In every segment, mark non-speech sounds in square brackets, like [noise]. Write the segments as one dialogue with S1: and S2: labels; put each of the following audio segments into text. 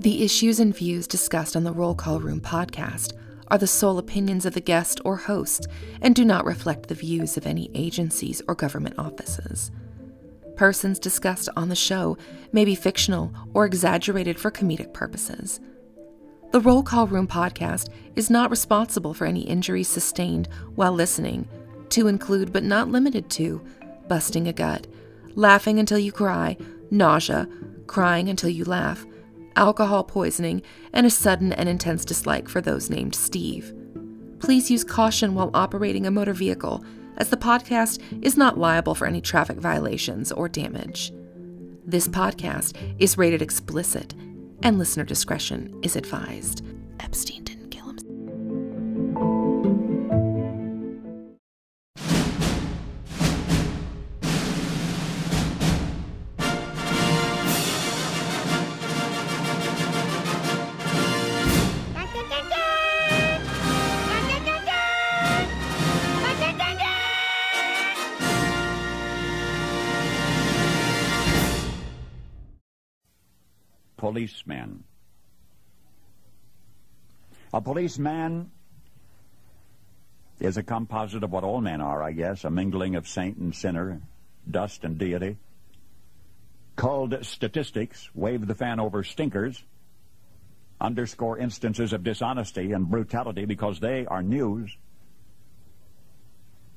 S1: The issues and views discussed on the Roll Call Room podcast are the sole opinions of the guest or host and do not reflect the views of any agencies or government offices. Persons discussed on the show may be fictional or exaggerated for comedic purposes. The Roll Call Room podcast is not responsible for any injuries sustained while listening, to include but not limited to busting a gut, laughing until you cry, nausea, crying until you laugh, alcohol poisoning, and a sudden and intense dislike for those named Steve. Please use caution while operating a motor vehicle, as the podcast is not liable for any traffic violations or damage. This podcast is rated explicit, and listener discretion is advised. Epstein didn't kill him.
S2: policeman. A policeman is a composite of what all men are, I guess, a mingling of saint and sinner, dust and deity. Culled statistics wave the fan over stinkers, underscore instances of dishonesty and brutality because they are news.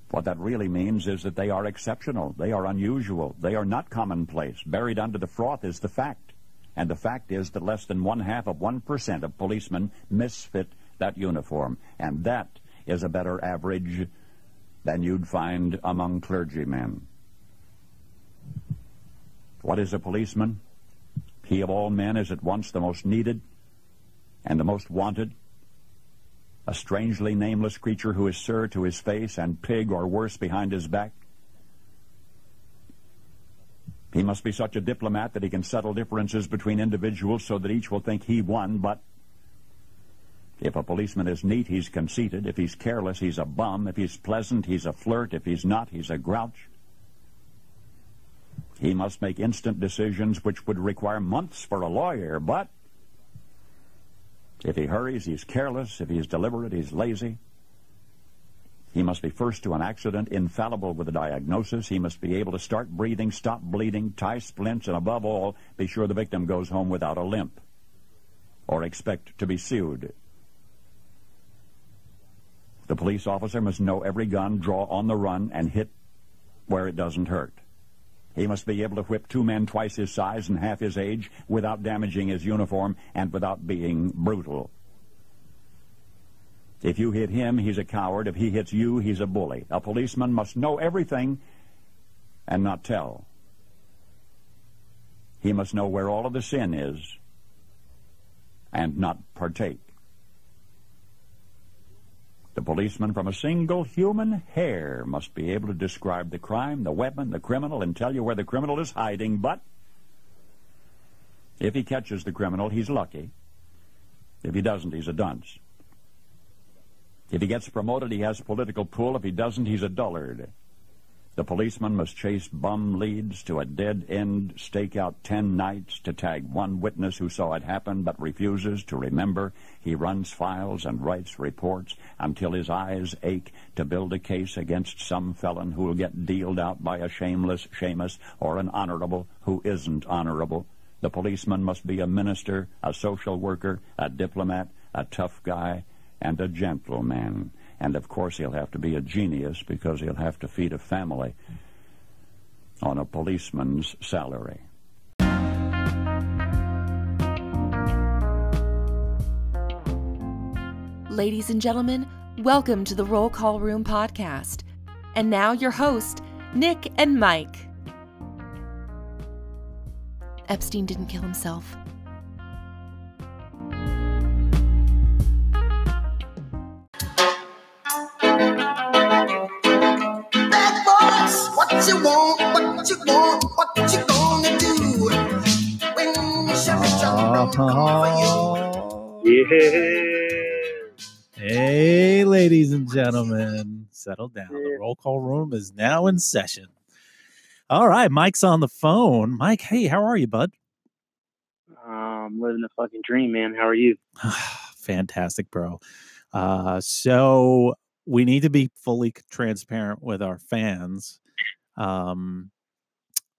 S2: What that really means is that they are exceptional, they are unusual, they are not commonplace. Buried under the froth is the fact. And the fact is that less than one half of 1% of policemen misfit that uniform. And that is a better average than you'd find among clergymen. What is a policeman? He of all men is at once the most needed and the most wanted. A strangely nameless creature who is sir to his face and pig or worse behind his back. He must be such a diplomat that he can settle differences between individuals so that each will think he won, but if a policeman is neat, he's conceited. If he's careless, he's a bum. If he's pleasant, he's a flirt. If he's not, he's a grouch. He must make instant decisions which would require months for a lawyer, but if he hurries, he's careless. If he's deliberate, he's lazy. He must be first to an accident, infallible with a diagnosis. He must be able to start breathing, stop bleeding, tie splints, and above all, be sure the victim goes home without a limp or expect to be sued. The police officer must know every gun, draw on the run, and hit where it doesn't hurt. He must be able to whip two men twice his size and half his age without damaging his uniform and without being brutal. If you hit him, he's a coward. If he hits you, he's a bully. A policeman must know everything and not tell. He must know where all of the sin is and not partake. The policeman from a single human hair must be able to describe the crime, the weapon, the criminal, and tell you where the criminal is hiding, but if he catches the criminal, he's lucky. If he doesn't, he's a dunce. If he gets promoted, he has political pull. If he doesn't, he's a dullard. The policeman must chase bum leads to a dead end, stake out ten nights to tag one witness who saw it happen but refuses to remember. He runs files and writes reports until his eyes ache to build a case against some felon who'll get dealed out by a shameless Seamus or an honorable who isn't honorable. The policeman must be a minister, a social worker, a diplomat, a tough guy, and a gentleman. And of course, he'll have to be a genius because he'll have to feed a family on a policeman's salary.
S1: Ladies and gentlemen, welcome to the Roll Call Room podcast. And now your host, Nick and Mike. Epstein didn't kill himself.
S3: bad boys. What you want, what you want, what you gonna do? When Sherry John don't come for you.
S4: Hey, ladies and gentlemen, settle down. The roll call room is now in session. All right, Mike's on the phone. Mike, hey, how are you, bud?
S5: Um, living the fucking dream, man. How are you?
S4: Fantastic, bro. Uh, so we need to be fully transparent with our fans. Um,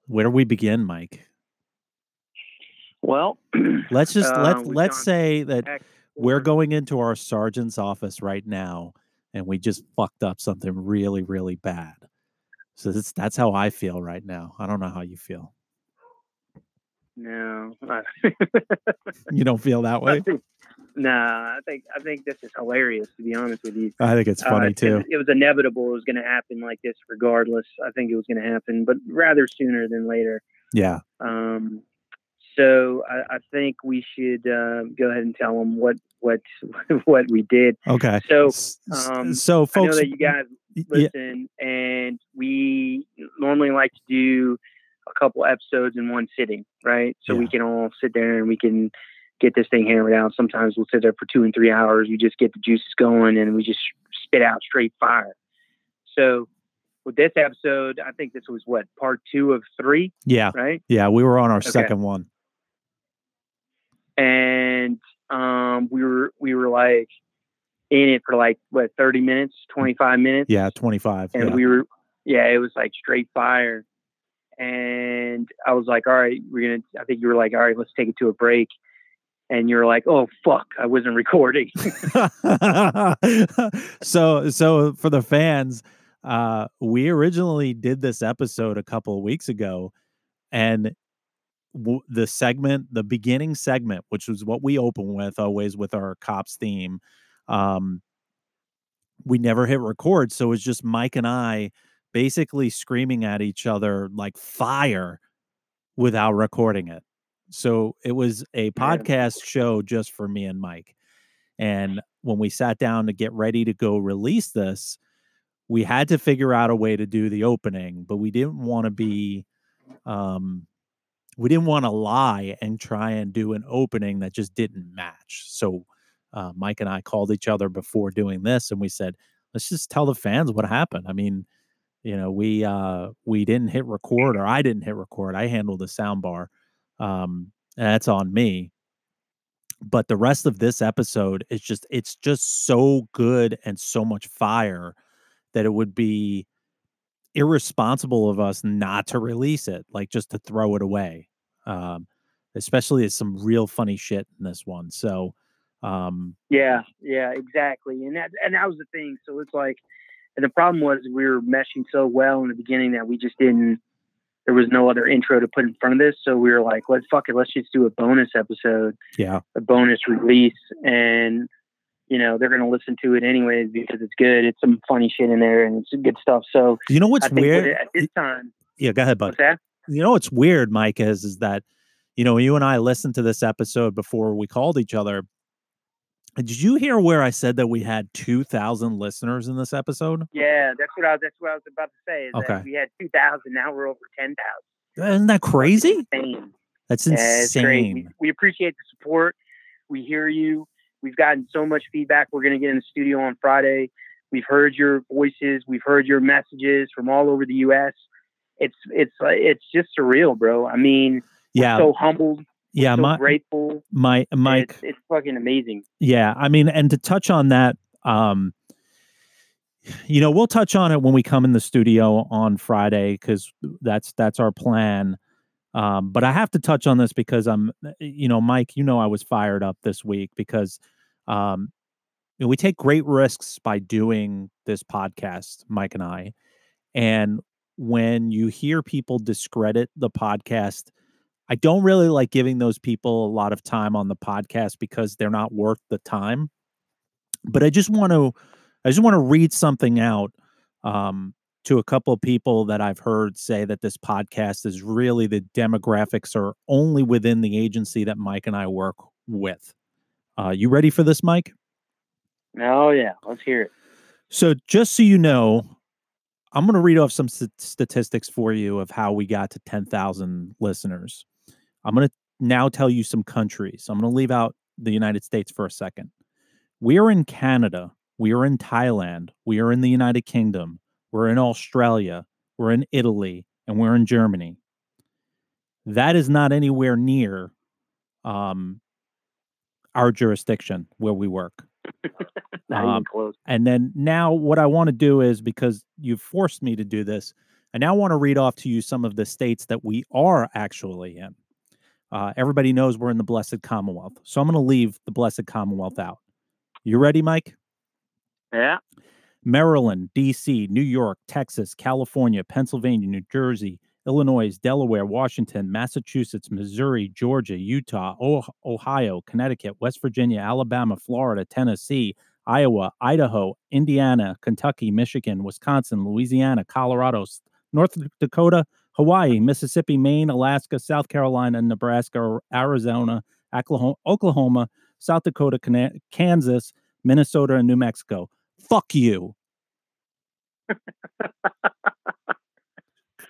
S4: where do we begin, Mike?
S5: Well,
S4: Let's just
S5: Uh,
S4: let
S5: we've
S4: let's
S5: gone
S4: say that
S5: back-
S4: we're going into our sergeant's office right now, and we just fucked up something really, really bad. So that's that's how I feel right now. I don't know how you feel. [laughs]
S5: No, [laughs] I,
S4: You don't feel that
S5: I
S4: way.
S5: think, nah. I think I think this is hilarious. To be honest with you,
S4: I think it's
S5: Uh,
S4: funny
S5: it-
S4: too.
S5: It, was inevitable. It was going to happen like this, regardless. I think it was going to happen, but rather sooner than later.
S4: Yeah.
S5: Um, so I, I think we should uh, go ahead and tell them what what [laughs] what we did.
S4: Okay.
S5: So
S4: S- s-
S5: um,
S4: so
S5: I know
S4: folks,
S5: that you guys
S4: y- yeah,
S5: listen, and we normally like to do a couple episodes in one sitting, right? So we
S4: Yeah.
S5: can all sit there and we can get this thing hammered out. Sometimes we'll sit there for two and three hours. We just get the juices going and we just spit out straight fire. So with this episode, I think this was what part two of three,
S4: yeah,
S5: right?
S4: yeah. We were on our
S5: Okay.
S4: second one.
S5: And um, we were we were like in it for like what thirty minutes, twenty five minutes.
S4: Yeah, twenty five.
S5: and
S4: Yeah.
S5: we were yeah it was like straight fire and i was like all right we're gonna i think you were like all right let's take it to a break and you were like oh fuck i wasn't [laughs] recording
S4: [laughs] so so for the fans uh we originally did this episode a couple of weeks ago and w- the segment the beginning segment which was what we open with always with our cops theme um we never hit record so it's just mike and i basically screaming at each other like fire without recording it so it was a podcast show just for me and mike and when we sat down to get ready to go release this, we had to figure out a way to do the opening, but we didn't want to be um we didn't want to lie and try and do an opening that just didn't match. So uh, Mike and I called each other before doing this and we said, let's just tell the fans what happened. I mean, you know, we uh we didn't hit record or I didn't hit record. I handled the sound bar. Um and that's on me but the rest of this episode is just it's just so good and so much fire that it would be irresponsible of us not to release it like just to throw it away um especially as some real funny shit in this one so um
S5: yeah yeah exactly and that and that was the thing so it's like and the problem was we were meshing so well in the beginning that we just didn't there was no other intro to put in front of this so we were like let's fuck it let's just do a bonus episode
S4: yeah
S5: a bonus release and you know they're going to listen to it anyways because it's good it's some funny shit in there and it's some good stuff so
S4: you know what's
S5: i think
S4: weird
S5: at this time
S4: yeah go ahead bud
S5: what's that
S4: you know what's weird, Mike, is is that you know you and I listened to this episode before we called each other. Did you hear where I said that we had two thousand listeners in this episode?
S5: yeah that's what i was that's what i was about to say is
S4: Okay.
S5: that we had 2000 now we're over 10000
S4: Isn't that crazy?
S5: insane
S4: That's
S5: Yeah, it's great. We,
S4: insane.
S5: we appreciate the support. We hear you. We've gotten so much feedback. We're going to get in the studio on Friday. We've heard your voices. We've heard your messages from all over the U.S. It's it's uh, it's just surreal, bro. I mean,
S4: Yeah,
S5: so humbled,
S4: yeah.
S5: so
S4: My,
S5: grateful.
S4: my Mike.
S5: it's, it's fucking amazing.
S4: Yeah, I mean, and to touch on that, um, you know, we'll touch on it when we come in the studio on Friday because that's that's our plan. Um, but I have to touch on this because I'm, you know, Mike, you know, I was fired up this week because um, you know, we take great risks by doing this podcast, Mike and I, and when you hear people discredit the podcast I don't really like giving those people a lot of time on the podcast because they're not worth the time. But I just want to I just want to read something out um, to a couple of people that I've heard say that this podcast is really the demographics are only within the agency that Mike and I work with. Uh, you ready for this, Mike?
S5: Oh yeah, let's hear it.
S4: So, just so you know, I'm going to read off some st- statistics for you of how we got to 10,000 listeners. I'm going to now tell you some countries. I'm going to leave out the United States for a second. We're in Canada. We're in Thailand. We are in the United Kingdom. We're in Australia. We're in Italy. And we're in Germany. That is not anywhere near um, our jurisdiction where we work.
S5: Not
S4: Um,
S5: even close.
S4: And then now, what I want to do is because you forced me to do this, I now want to read off to you some of the states that we are actually in. Uh, everybody knows we're in the Blessed Commonwealth. So I'm going to leave the Blessed Commonwealth out. You ready, Mike?
S5: Yeah.
S4: Maryland, D.C., New York, Texas, California, Pennsylvania, New Jersey, Illinois, Delaware, Washington, Massachusetts, Missouri, Georgia, Utah, oh- Ohio, Connecticut, West Virginia, Alabama, Florida, Tennessee, Iowa, Idaho, Indiana, Kentucky, Michigan, Wisconsin, Louisiana, Colorado, S- North Dakota, Hawaii, Mississippi, Maine, Alaska, South Carolina, Nebraska, Arizona, Oklahoma, Oklahoma South Dakota, Cana- Kansas, Minnesota, and New Mexico. Fuck you.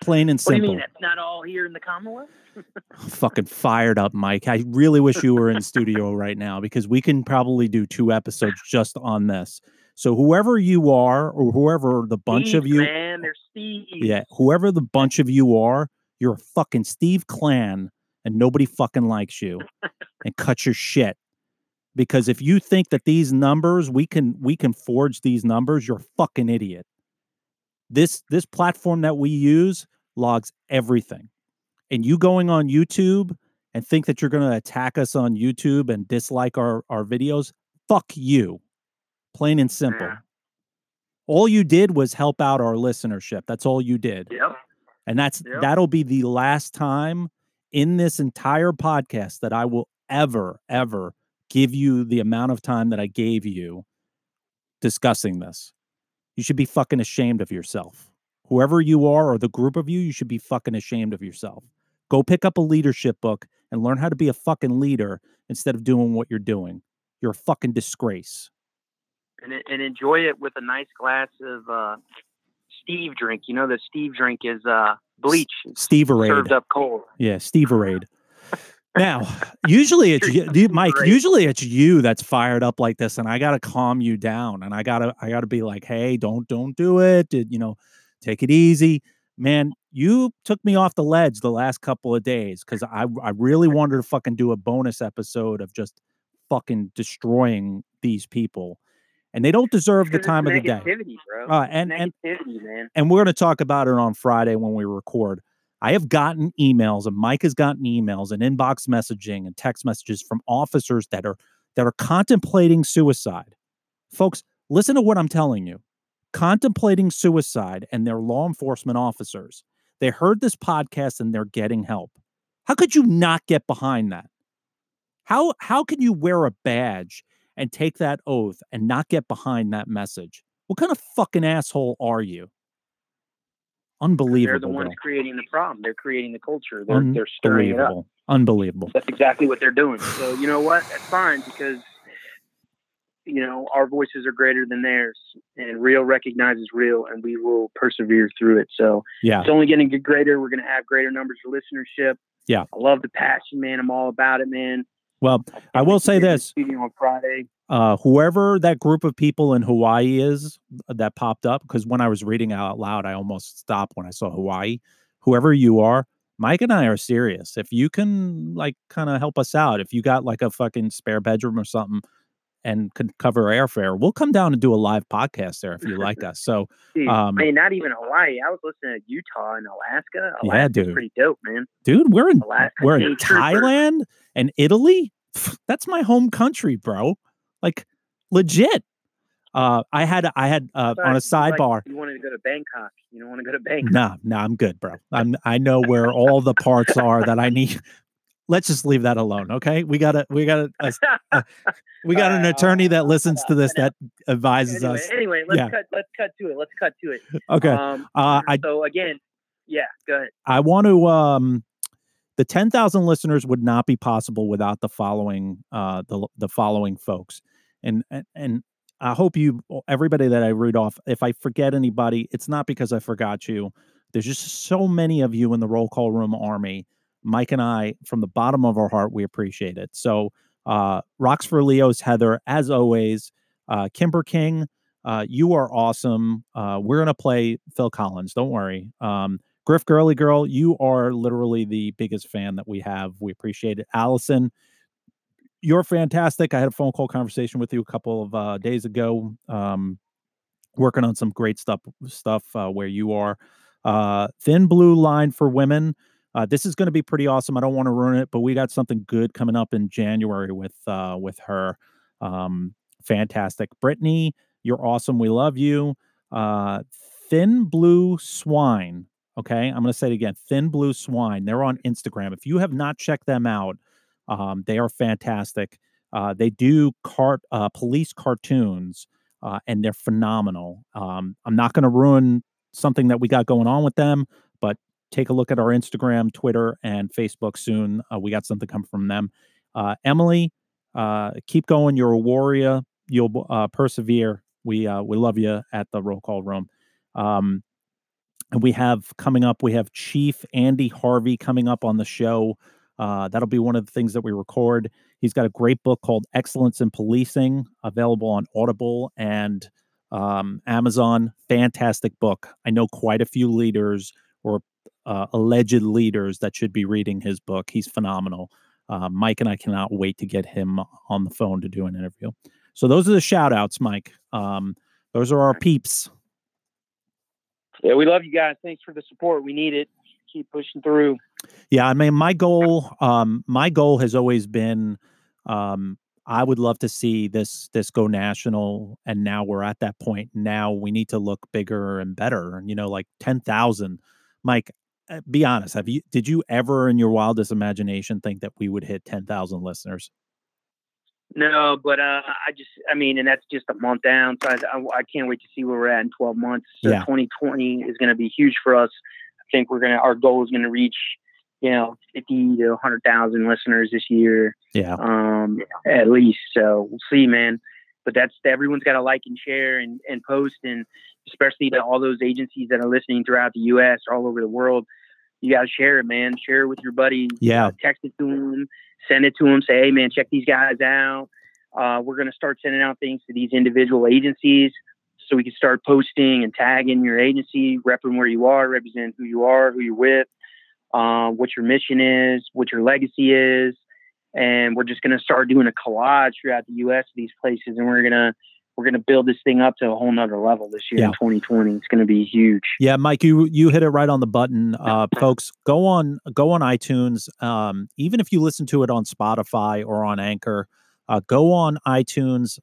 S4: Plain and
S5: What do you
S4: simple.
S5: mean that's not all here in the Commonwealth? [laughs]
S4: Fucking fired up, Mike. I really wish
S5: [laughs]
S4: you were in studio right now because we can probably do two episodes just on this. So whoever you are, or whoever the bunch of
S5: Thieves,
S4: you,
S5: Man, they're thieves.
S4: yeah, whoever the bunch of you are, you're a fucking Steve Clan, and nobody fucking likes you. and cut your shit. Because if you think that these numbers, we can we can forge these numbers, you're a fucking idiot. This this platform that we use logs everything. And you going on YouTube and think that you're gonna attack us on YouTube and dislike our, our videos, fuck you. Plain and simple.
S5: Yeah.
S4: All you did was help out our listenership. That's all you did.
S5: Yep.
S4: And that's
S5: Yep.
S4: that'll be the last time in this entire podcast that I will ever, ever give you the amount of time that I gave you discussing this. You should be fucking ashamed of yourself. Whoever you are or the group of you, you should be fucking ashamed of yourself. Go pick up a leadership book and learn how to be a fucking leader instead of doing what you're doing. You're a fucking disgrace.
S5: And, it- and enjoy it with a nice glass of uh, Steve drink. You know, the Steve drink is uh, bleach
S4: Steve Arade.
S5: served up cold.
S4: Yeah, Steve Arade. Now, usually it's you, dude, Mike.
S5: Arade.
S4: Usually it's you that's fired up like this, and I gotta calm you down, and I gotta I gotta be like, hey, don't don't do it. Did you know? Take it easy, man. You took me off the ledge the last couple of days because I I really wanted to fucking do a bonus episode of just fucking destroying these people, and they don't deserve the
S5: Because it's
S4: time of the day.
S5: negativity, Bro.
S4: Uh, and and
S5: negativity, man.
S4: and we're going to talk about it on Friday when we record. I have gotten emails, and Mike has gotten emails and inbox messaging and text messages from officers that are that are contemplating suicide. Folks, listen to what I'm telling you. Contemplating suicide and their law enforcement officers. They heard this podcast and they're getting help. How could you not get behind that? How how can you wear a badge and take that oath and not get behind that message? What kind of fucking asshole are you?
S5: They're
S4: Unbelievable.
S5: the ones
S4: Bill.
S5: creating the problem. They're creating the culture. They're,
S4: Mm-hmm.
S5: they're stirring it up.
S4: Unbelievable. Unbelievable.
S5: That's exactly what they're doing. So you know what? That's fine because you know our voices are greater than theirs, and real recognizes real, and we will persevere through it. So
S4: Yeah.
S5: it's only getting greater. We're going to have greater numbers of listenership.
S4: Yeah.
S5: I love the passion, man. I'm all about it, man.
S4: Well, I
S5: Can't
S4: will
S5: wait to
S4: say
S5: be in the
S4: this.
S5: studio on Friday.
S4: uh, whoever that group of people in Hawaii is uh, that popped up, because when I was reading out loud, I almost stopped when I saw Hawaii. Whoever you are, Mike and I are serious. If you can like kind of help us out, if you got like a fucking spare bedroom or something and could cover airfare, we'll come down and do a live podcast there if you like us. So
S5: Dude,
S4: Um,
S5: man, not even Hawaii. I was listening to Utah and Alaska.
S4: Yeah,
S5: Alaska's
S4: dude.
S5: pretty dope, man.
S4: dude, we're in
S5: Alaska.
S4: we're in
S5: King Trooper.
S4: Thailand and Italy. Pff, That's my home country, bro. Like legit. Uh, I had I had uh,
S5: But
S4: on a
S5: it's like
S4: sidebar.
S5: you wanted to go to Bangkok. You don't want to go to Bangkok.
S4: Nah, nah, I'm good, bro. I'm I know where all the parts are that I
S5: [laughs]
S4: need. Let's just leave that alone, okay? We got a we got a, a- a- we got an
S5: Uh,
S4: attorney that listens to this
S5: I know.
S4: that advises
S5: anyway,
S4: us.
S5: anyway, let's
S4: Yeah.
S5: cut let's cut to it. Let's cut to it.
S4: Okay.
S5: Um,
S4: Uh, I
S5: so again, yeah, go ahead.
S4: I want to um the 10,000 listeners would not be possible without the following uh the l- the following folks. And and- and I hope you everybody that I read off if I forget anybody, it's not because I forgot you. There's just so many of you in the roll call room army. Mike and I from the bottom of our heart we appreciate it. So uh Rocks for Leo's Heather as always, uh Kimber King, uh you are awesome. Uh we're going to play Phil Collins, don't worry. Um Griff Girly Girl, you are literally the biggest fan that we have. We appreciate it. Allison, you're fantastic. I had a phone call conversation with you a couple of uh, days ago, um, working on some great stuff stuff uh, where you are. Uh, Thin Blue Line for Women. Uh, this is going to be pretty awesome. I don't want to ruin it, but we got something good coming up in January with uh, with her. Um, fantastic, Brittany. You're awesome. We love you. Uh, Thin Blue Swine. Okay, I'm going to say it again. Thin Blue Swine. They're on Instagram. If you have not checked them out, um, they are fantastic. Uh, they do cart uh, police cartoons, uh, and they're phenomenal. Um, I'm not going to ruin something that we got going on with them, but take a look at our Instagram, Twitter, and Facebook soon. Uh, we got something coming from them. Uh, Emily, uh, keep going. You're a warrior. You'll uh, persevere. We uh, we love you at the roll call room. Um, and we have coming up. We have Chief Andy Harvey coming up on the show. Uh, that'll be one of the things that we record. He's got a great book called Excellence in Policing, available on Audible and um, Amazon. Fantastic book. I know quite a few leaders or uh, alleged leaders that should be reading his book. He's phenomenal. Uh, Mike and I cannot wait to get him on the phone to do an interview. So those are the shout outs, Mike. Um, those are our peeps.
S5: Yeah, we love you guys. Thanks for the support. We need it. Keep pushing through.
S4: Yeah, I mean, my goal, um, my goal has always been, um, I would love to see this this go national, and now we're at that point. Now we need to look bigger and better, and you know, like ten thousand. Mike, uh, be honest, have you did you ever in your wildest imagination think that we would hit ten thousand listeners?
S5: No, but uh, I just, I mean, and that's just a month down. So I, I, I can't wait to see where we're at in 12 months. So
S4: Yeah.
S5: 2020 is going to be huge for us. I think we're going to, our goal is going to reach, you know, 50 to 100,000 listeners this year,
S4: Yeah,
S5: um, at least. So we'll see, man. But that's, everyone's got to like and share and, and post. And especially to all those agencies that are listening throughout the U.S., all over the world, you got to share it, man. Share it with your buddies
S4: yeah,
S5: text it to them, send it to them, say, hey, man, check these guys out. Uh, we're going to start sending out things to these individual agencies so we can start posting and tagging your agency, repping where you are, representing who you are, who you're with, uh, what your mission is, what your legacy is. And we're just going to start doing a collage throughout the U.S. of these places. And we're going to, we're going to build this thing up to a whole nother level this year
S4: Yeah.
S5: in 2020. It's going to be huge.
S4: yeah, Mike, you you hit it right on
S5: [laughs]
S4: the button, uh, folks. Go on, go on iTunes. Um, even if you listen to it on Spotify or on Anchor, uh, go on iTunes,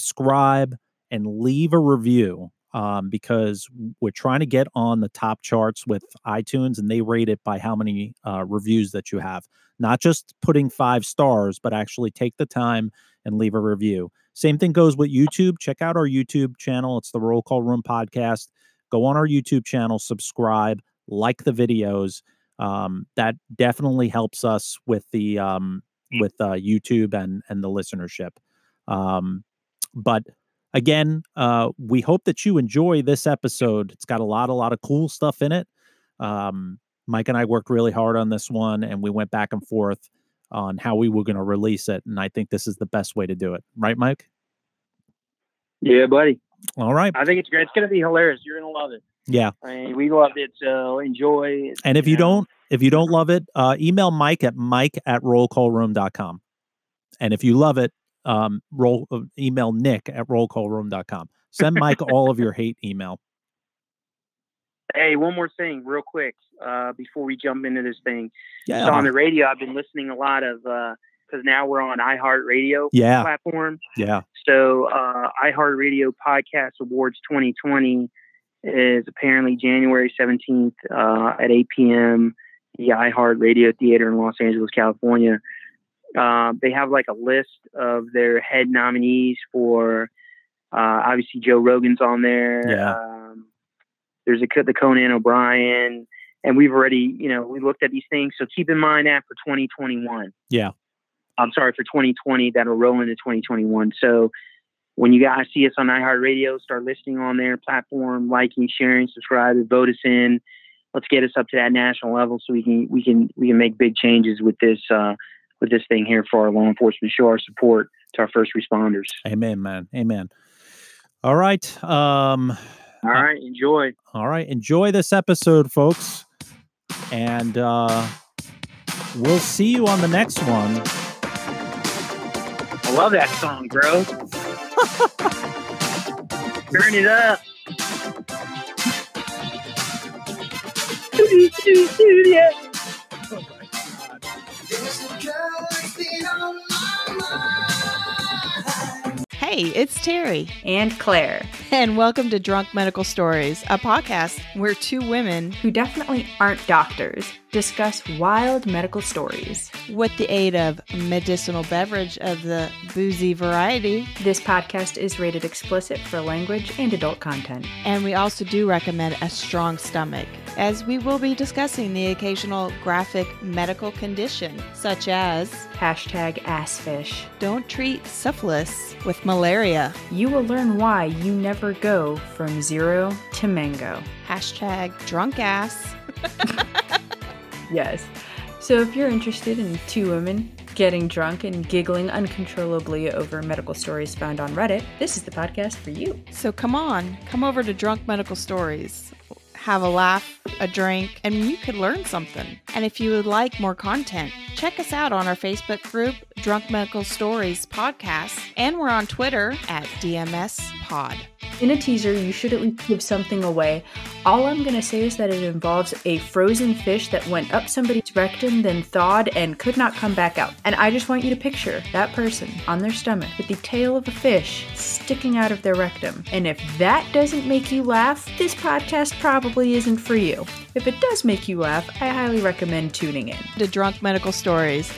S4: subscribe, and leave a review um, because we're trying to get on the top charts with iTunes, and they rate it by how many uh, reviews that you have. Not just putting five stars, but actually take the time and leave a review. Same thing goes with YouTube. Check out our YouTube channel. It's the Roll Call Room Podcast. Go on our YouTube channel, subscribe, like the videos. Um, that definitely helps us with the um, with uh, YouTube and and the listenership. Um, but again, uh, we hope that you enjoy this episode. It's got a lot, a lot of cool stuff in it. Um, Mike and I worked really hard on this one, and we went back and forth on how we were going to release it. And I think this is the best way to do it. Right, Mike?
S5: Yeah, buddy.
S4: All right.
S5: I think it's great. It's going to be hilarious. You're going to love it.
S4: Yeah.
S5: I mean, we loved it. So enjoy. it,
S4: And if you
S5: know.
S4: don't, if you don't love it, uh, email Mike at Mike at rollcallroom.com. And if you love it, um, roll uh, email Nick at rollcallroom.com. Send Mike all of your hate email.
S5: Hey, one more thing, real quick, uh, before we jump into this thing.
S4: Yeah.
S5: So on the radio, I've been listening a lot of because now we're on iHeartRadio
S4: yeah.
S5: platform.
S4: Yeah.
S5: So uh, iHeartRadio Podcast Awards 2020 is apparently January 17th uh, at 8 p.m. The iHeart Radio Theater in Los Angeles, California. Uh, they have like a list of their head nominees for. Uh, obviously, Joe Rogan's on there.
S4: Yeah.
S5: Um, there's a co- the Conan O'Brien, and we've already, you know, we looked at these things. So keep in mind that for 2021.
S4: Yeah.
S5: I'm sorry, for 2020 that'll roll into 2021. So when you guys see us on iHeartRadio, start listening on their platform, liking, sharing, subscribing, vote us in. Let's get us up to that national level so we can we can we can make big changes with this uh, with this thing here for our law enforcement. Show our support to our first responders.
S4: Amen, man. Amen. All right. Um,
S5: All right, enjoy.
S4: all right. Enjoy this episode, folks. And uh, we'll see you on the next one.
S5: I love that song,
S4: [laughs]
S5: bro. Turn it up. Doo-doo, doo-doo, doo-doo, yeah.
S3: There's a girl that's been on my mind.
S6: Hey, it's Terry,
S7: and Claire,
S6: and welcome to Drunk Medical Stories, a podcast where two women,
S7: who definitely aren't doctors, discuss wild medical stories.
S6: with the aid of medicinal beverage of the boozy variety,
S7: This podcast is rated explicit for language and adult content.
S6: and we also do recommend a strong stomach, as we will be discussing the occasional graphic medical condition, such as
S7: Hashtag assfish.
S6: don't treat syphilis with malaria,
S7: You will learn why you never go from zero to mango.
S6: hashtag drunk ass.
S7: [laughs] Yes. So if you're interested in two women getting drunk and giggling uncontrollably over medical stories found on Reddit, this is the podcast for you.
S6: So come on, come over to Drunk Medical Stories. Have a laugh, a drink, and you could learn something. And if you would like more content, check us out on our Facebook group, Drunk Medical Stories Podcast, and we're on Twitter at DMS Pod.
S7: In a teaser, you should at least give something away. All I'm gonna say is that it involves a frozen fish that went up somebody's rectum, then thawed, and could not come back out. And I just want you to picture that person on their stomach with the tail of a fish sticking out of their rectum. And if that doesn't make you laugh, this podcast probably isn't for you. If it does make you laugh, I highly recommend tuning in.
S6: To Drunk Medical Stories.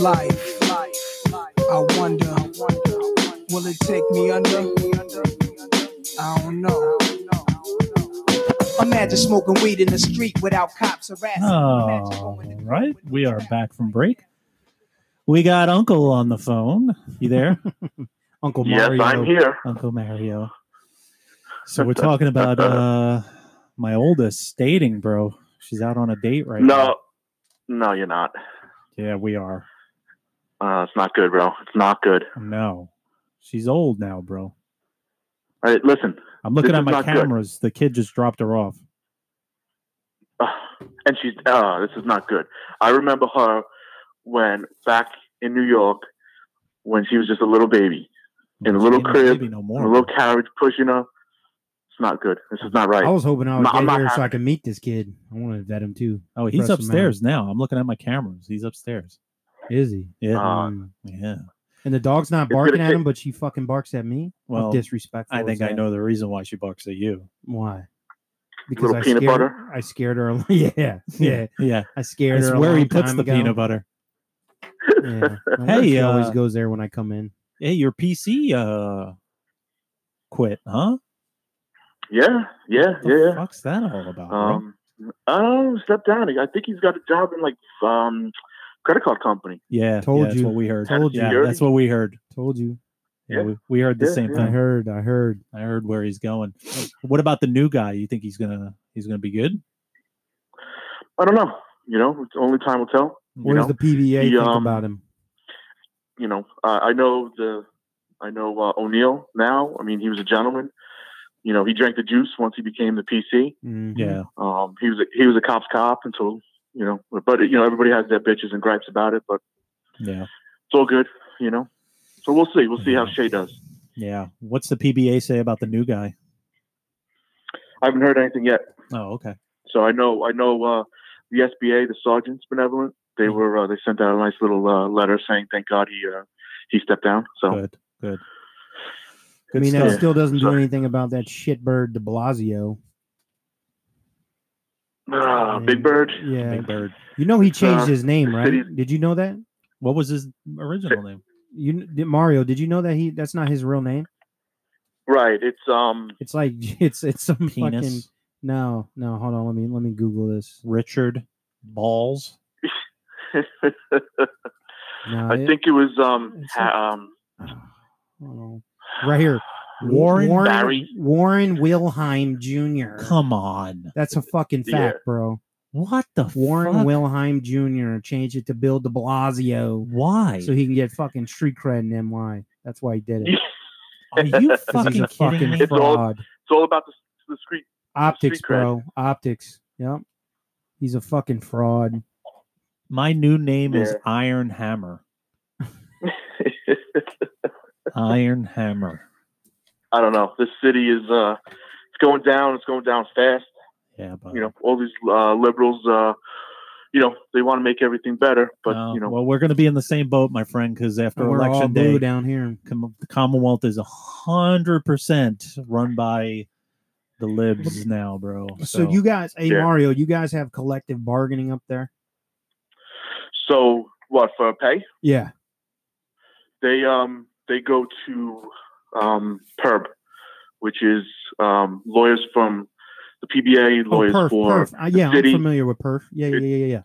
S8: life. I wonder, will it take me under? I don't know. Imagine smoking weed in the street without cops harassing.
S4: Ah,
S8: Imagine
S4: All
S8: going to-
S4: right, we are back from break. We got Uncle on the phone. You there, [laughs] Uncle Mario?
S9: here.
S4: Uncle [laughs] Mario. So we're talking about uh my oldest dating, bro. She's out on a date right now.
S9: No, no, you're not.
S4: Yeah, we are.
S9: Uh, it's not good, bro. It's not good.
S4: No, she's old now, bro.
S9: All right, listen.
S4: I'm looking
S9: This
S4: at
S9: is
S4: my
S9: not good.
S4: cameras. The kid just dropped her off.
S9: Ugh. and she's, uh, this is not good. I remember her when back in New York when she was just a little baby, In a
S4: She
S9: little
S4: ain't no
S9: crib,
S4: baby no
S9: in
S4: more.
S9: a little carriage pushing her. It's not good. This is not right.
S10: I was hoping I
S9: No,
S10: would
S9: I'm
S10: get
S9: not
S10: here so I
S9: happy.
S10: could meet this kid. I want to vet him too.
S4: oh, he's
S10: Press him out.
S4: upstairs now. I'm looking at my cameras. He's upstairs.
S10: Is he?
S4: Yeah,
S9: Uh,
S10: Mm.
S4: yeah.
S10: and the dog's not
S9: gonna
S10: barking at
S9: take-
S10: him, but she fucking barks at me. How
S4: Well,
S10: disrespectful.
S4: I
S10: is
S4: think I
S10: that?
S4: know the reason why she barks at you.
S10: why.
S9: Little peanut
S10: scared,
S9: butter?
S10: I scared her. a- Yeah, yeah.
S4: yeah.
S10: I scared
S4: It's
S10: her. a
S4: where he
S10: long
S4: puts
S10: time
S4: the
S10: ago.
S4: peanut butter.
S10: [laughs] Yeah. I wonder
S4: Hey,
S10: if she always
S4: uh,
S10: goes there when I come in.
S4: Hey, your PC uh quit, huh?
S9: Yeah, yeah,
S4: What the
S9: yeah, yeah.
S4: fuck's that all about? bro?
S9: Um, oh, step down. I think he's got a job in like um, credit card company.
S4: yeah,
S10: told
S4: yeah, that's
S10: you.
S4: what we heard.
S9: Told
S4: yeah,
S9: you.
S4: that's what we heard.
S10: Told you.
S4: Yeah,
S9: Yeah.
S4: We, we heard the
S9: Yeah,
S4: same
S10: I
S4: thing.
S10: heard. I heard.
S4: I heard where he's going. What about the new guy? You think he's gonna he's gonna be good?
S9: I don't know. You know, it's only time will tell.
S10: What does
S9: know,
S10: the PBA
S9: he,
S10: think
S9: um,
S10: about him?
S9: you know, uh, I know the, I know uh, O'Neill now. I mean, he was a gentleman. You know, he drank the juice once he became the PC.
S10: Mhm.
S4: Mm-hmm. Yeah,
S9: Um, he was a, he was a cop's cop until you know, but you know, everybody has their bitches and gripes about it, but
S4: yeah,
S9: it's all good. You know, so we'll see. We'll see how Shay does.
S4: yeah. What's the PBA say about the new guy?
S9: I haven't heard anything yet,
S4: Oh, okay.
S9: so I know I know uh, the SBA, the Sergeants Benevolent. They
S10: Mm-hmm.
S9: were uh, they sent out a nice little uh, letter saying thank God he uh, he stepped down. So
S4: Good, good.
S10: I
S4: Good
S10: mean, that
S4: stuff.
S10: still doesn't do
S9: Sorry.
S10: anything about that shitbird De Blasio.
S9: Ah,
S4: Mm.
S9: Big Bird,
S10: Yeah.
S4: Big Bird.
S10: You know he changed
S9: Uh,
S10: his name,
S9: the
S10: right?
S9: city's-
S10: Did you know that?
S4: What was his original name?
S10: You kn- did Mario? Did you know that he? That's not his real name.
S9: right? It's um
S10: It's like [laughs] it's it's some fucking.
S4: Penis.
S10: No, no. Hold on. Let me let me Google this.
S4: Richard
S10: [laughs]
S4: Balls.
S10: No,
S9: I
S10: it-
S9: think it was um,
S10: it's [sighs]
S9: ha- um
S10: Ah, hold
S4: [laughs]
S10: on. Right here,
S4: [gasps] Warren
S10: Warren
S9: Barry.
S10: Warren Wilhelm Jr.
S4: Come on.
S10: That's a fucking
S9: Yeah.
S10: fact, bro.
S4: What the
S10: Warren
S4: fuck?
S10: Wilhelm Jr. changed it to Bill De Blasio
S4: Why?
S10: so he can get fucking street cred in NY. That's why he did it.
S9: [laughs] Yeah.
S4: Are you
S10: 'Cause
S4: fucking
S9: [laughs]
S10: he's a
S4: kidding
S10: fucking
S4: me?
S9: It's all-
S10: fraud.
S9: it's all about the the street.
S10: Optics,
S9: Street cred.
S10: bro. Optics. Yep. He's a fucking fraud.
S4: My new name is
S9: Yeah.
S4: Iron
S9: [laughs]
S4: Hammer. Iron Hammer.
S9: I don't know. This city is uh, it's going down. It's going down fast.
S4: Yeah, but
S9: You know, all these uh, liberals, uh, you know, they want to make everything better, but
S4: no,
S9: you know,
S4: Uh, well, we're going to be in the same boat, my friend, because after
S10: We're all
S4: election
S10: blue
S4: day,
S10: down here.
S4: Com- the Commonwealth is a hundred percent run by the libs now, bro.
S10: So, you guys, hey
S9: Yeah.
S10: Mario, you guys have collective bargaining up there?
S9: so what for pay?
S10: Yeah.
S9: They um they go to um PERB, which is um lawyers from the PBA,
S10: Oh,
S9: lawyers
S10: perf,
S9: for
S10: perf. Uh, yeah, I'm
S9: city.
S10: familiar with perf. Yeah, yeah, yeah, yeah. yeah.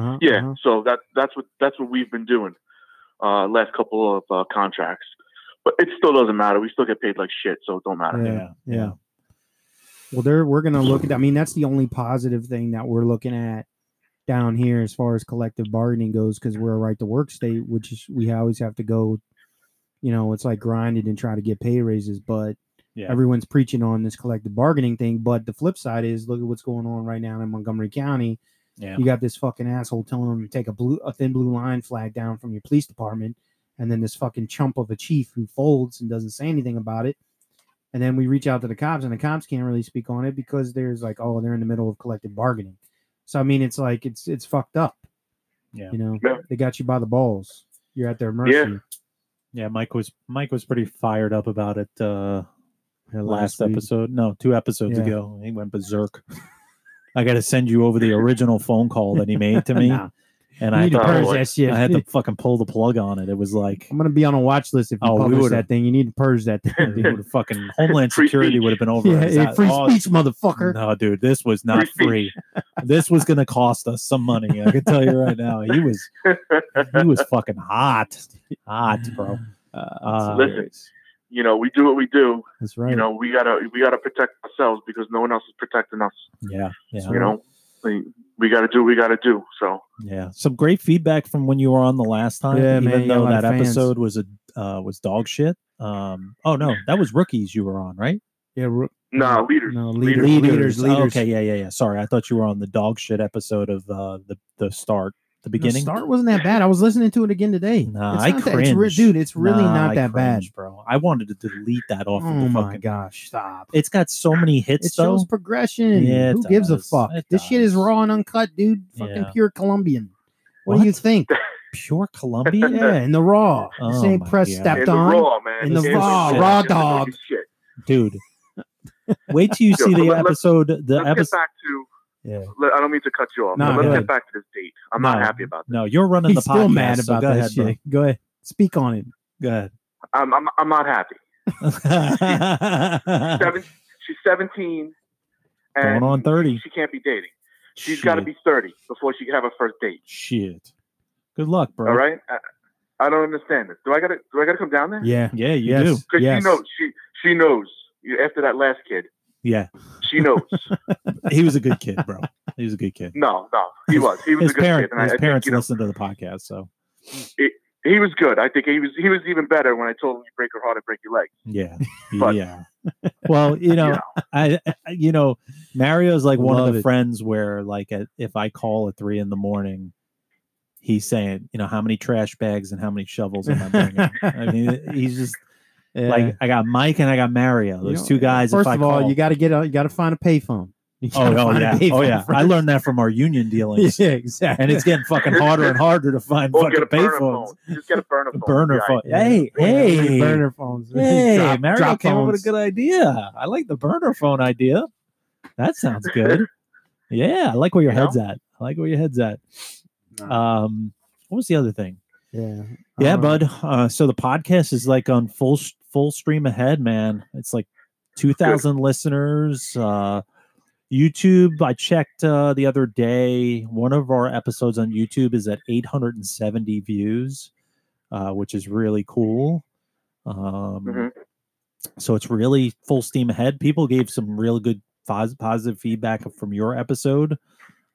S10: Uh-huh,
S9: Yeah,
S10: uh-huh.
S9: so that that's what that's what we've been doing uh last couple of uh, contracts. But it still doesn't matter. We still get paid like shit, so it don't matter.
S10: Yeah,
S4: yeah,
S10: yeah.
S4: yeah,
S10: Well, there we're gonna look at. I mean, that's the only positive thing that we're looking at down here as far as collective bargaining goes, because we're a right to work state, which is, we always have to go. You know, it's like grinded and try to get pay raises, but
S4: Yeah.
S10: everyone's preaching on this collective bargaining thing. But the flip side is, look at what's going on right now in Montgomery County.
S4: yeah.
S10: You got this fucking asshole telling them to take a blue, a thin blue line flag down from your police department, and then this fucking chump of a chief who folds and doesn't say anything about it. And then we reach out to the cops, and the cops can't really speak on it because there's like, oh, they're in the middle of collective bargaining. So I mean, it's like it's it's fucked up.
S4: Yeah.
S10: you know,
S9: Yeah.
S10: they got you by the balls. You're at their mercy.
S4: Yeah, Mike was Mike was pretty fired up about it uh
S10: Yeah,
S4: last,
S10: week.
S4: episode. No, two episodes
S10: Yeah.
S4: ago. He went berserk. [laughs] I got to send you
S10: [laughs]
S4: over the original phone call that he made to me,
S10: Nah,
S4: and
S10: you
S4: I
S10: need
S4: had,
S10: to
S4: to,
S9: Oh,
S10: purge
S9: Lord.
S10: that shit.
S4: I had
S10: [laughs]
S4: to fucking pull the plug on it. It was like
S10: I'm gonna be on a watch list if you
S4: Oh, we
S10: publish
S4: would've-
S10: that thing. You need to purge
S4: [laughs]
S10: that thing.
S4: dude,
S10: dude.
S4: would've fucking Homeland
S9: Free
S4: Security
S9: speech.
S4: would have been over.
S10: yeah,
S4: us.
S10: yeah,
S4: That-
S10: free
S4: oh,
S10: speech, motherfucker.
S4: No, dude, this was not
S9: speech.
S4: free. this was gonna cost us some money. I can tell you right now. He was
S10: [laughs]
S4: he was fucking hot, hot, bro. Uh,
S9: Listen. You know, we do what we do.
S10: That's right.
S9: You know, we gotta we gotta protect ourselves because no one else is protecting us.
S4: Yeah, yeah,
S9: You know, we, we gotta do what we gotta do. So
S4: yeah. Some great feedback from when you were on the last time.
S10: Yeah,
S4: even
S10: man, you got a
S4: though
S10: lot of
S4: that
S10: fans.
S4: episode was a uh, was dog shit. Um, oh no, that was rookies you were on, right?
S10: yeah, ro-
S9: nah, leaders.
S10: No,
S9: Leaders,
S10: leaders, leaders, leaders.
S4: Oh, okay, yeah, yeah, yeah. Sorry, I thought you were on the dog shit episode of uh, the the start, the beginning.
S10: The start wasn't that bad. I was listening to it again today.
S4: Nah,
S10: It's
S4: I
S10: not that- it's re-
S4: cringe.
S10: dude, it's really
S4: Nah,
S10: not
S4: I
S10: that bad.
S4: cringe, bro. I wanted to delete that
S10: Oh
S4: off of the
S10: my
S4: fucking.
S10: gosh, stop.
S4: It's got so many hits
S10: It
S4: though.
S10: shows progression.
S4: Yeah, it
S10: Who gives a
S4: does.
S10: fuck?
S4: It
S10: this shit is
S4: does.
S10: raw and uncut, dude. Fucking
S4: Yeah.
S10: pure Colombian. What, do you
S9: [laughs]
S10: think?
S4: Pure
S10: yeah,
S4: Colombia,
S10: in the raw.
S4: Oh
S10: this ain't
S4: my
S10: press
S4: God.
S9: In
S10: stepped
S9: the
S10: on.
S9: raw, Oh, man.
S10: In the
S9: It's
S10: raw,
S9: shit.
S10: raw
S9: It's gonna
S10: dog.
S9: be shit.
S4: [laughs] dude. Wait till you
S9: Yo,
S4: see
S9: so
S4: the
S9: let- let's-
S4: episode. The
S9: Let's get
S4: episode.
S9: back to.
S4: Yeah.
S9: let- I don't mean to cut you off.
S10: Nah,
S9: but let's
S10: go
S9: get
S10: ahead.
S9: back to this date. I'm
S4: No.
S9: not happy about
S4: [laughs]
S9: this.
S4: No, you're running
S10: He's
S4: the podcast.
S10: still mad
S4: so
S10: about
S4: go
S10: that
S4: ahead,
S10: shit. Go ahead. Speak on it.
S4: Bro. Go ahead.
S9: I'm I'm, I'm not happy.
S4: [laughs] going
S9: Seven, she's 17, and
S4: on 30.
S9: she can't be dating. She's got to be 30 before she can have her first date.
S4: Shit. Good luck, bro.
S9: All right. I, I don't understand this. Do I gotta do I gotta come down there?
S10: Yeah.
S4: Yeah, [laughs] you
S10: yes.
S4: do.
S9: Because
S10: yes.
S9: she knows she she knows You- after that last kid.
S4: Yeah. [laughs]
S9: She knows.
S4: He was a good kid, bro. He was a good kid.
S9: no, no, he was. He was
S4: His,
S9: a good
S4: parent,
S9: kid. And I-
S4: his
S9: I, think,
S4: parents
S9: you know,
S4: listen to the podcast, so
S9: he was good. I think he was he was even better when I told him you break her heart and break your leg.
S10: [laughs]
S4: yeah.
S9: But-
S4: yeah. Well, you know, I, I you know, Mario's like one
S10: Love
S4: of the
S10: it.
S4: friends where like at, if I call at three in the morning, he's saying, you know, how many trash bags and how many shovels am I bringing?
S10: [laughs]
S4: I mean, he's just
S10: Yeah.
S4: like, I got Mike and I got Mario.
S10: You
S4: [laughs] Those
S10: know,
S4: two guys.
S10: First
S4: if I
S10: of all,
S4: call-
S10: you got to get a, you got to find a payphone. You
S4: Oh,
S10: gotta
S4: oh
S10: find a [laughs]
S4: yeah, oh
S10: payphone
S4: yeah. I
S10: first.
S4: learned that from our union
S10: [laughs]
S4: dealings,
S10: Yeah, exactly.
S4: and it's getting fucking harder and harder to find
S9: Or
S4: fucking
S9: get a burner
S4: payphones.
S9: phone. Just get a burner
S4: A
S9: phone.
S4: burner
S9: Yeah,
S4: phone.
S10: Yeah.
S4: Hey,
S10: Yeah,
S4: hey,
S10: burner phones.
S4: [laughs] hey!
S10: Drop-
S4: Mario
S10: drop
S4: came up with a
S10: phones.
S4: good idea. I like the burner phone idea. That sounds
S10: [laughs]
S4: good. yeah, I like where your
S9: You know?
S4: head's at. I like where your head's at. Um, what was the other thing?
S10: Yeah,
S4: Yeah,
S10: Um,
S4: bud. Uh, so the podcast is like on full s- full stream ahead, man. It's like two thousand listeners. Uh, YouTube, I checked uh, the other day. One of our episodes on YouTube is at eight hundred and seventy views, uh, which is really cool. Um,
S9: Mhm.
S4: So it's really full steam ahead. People gave some real good pos- positive feedback from your episode.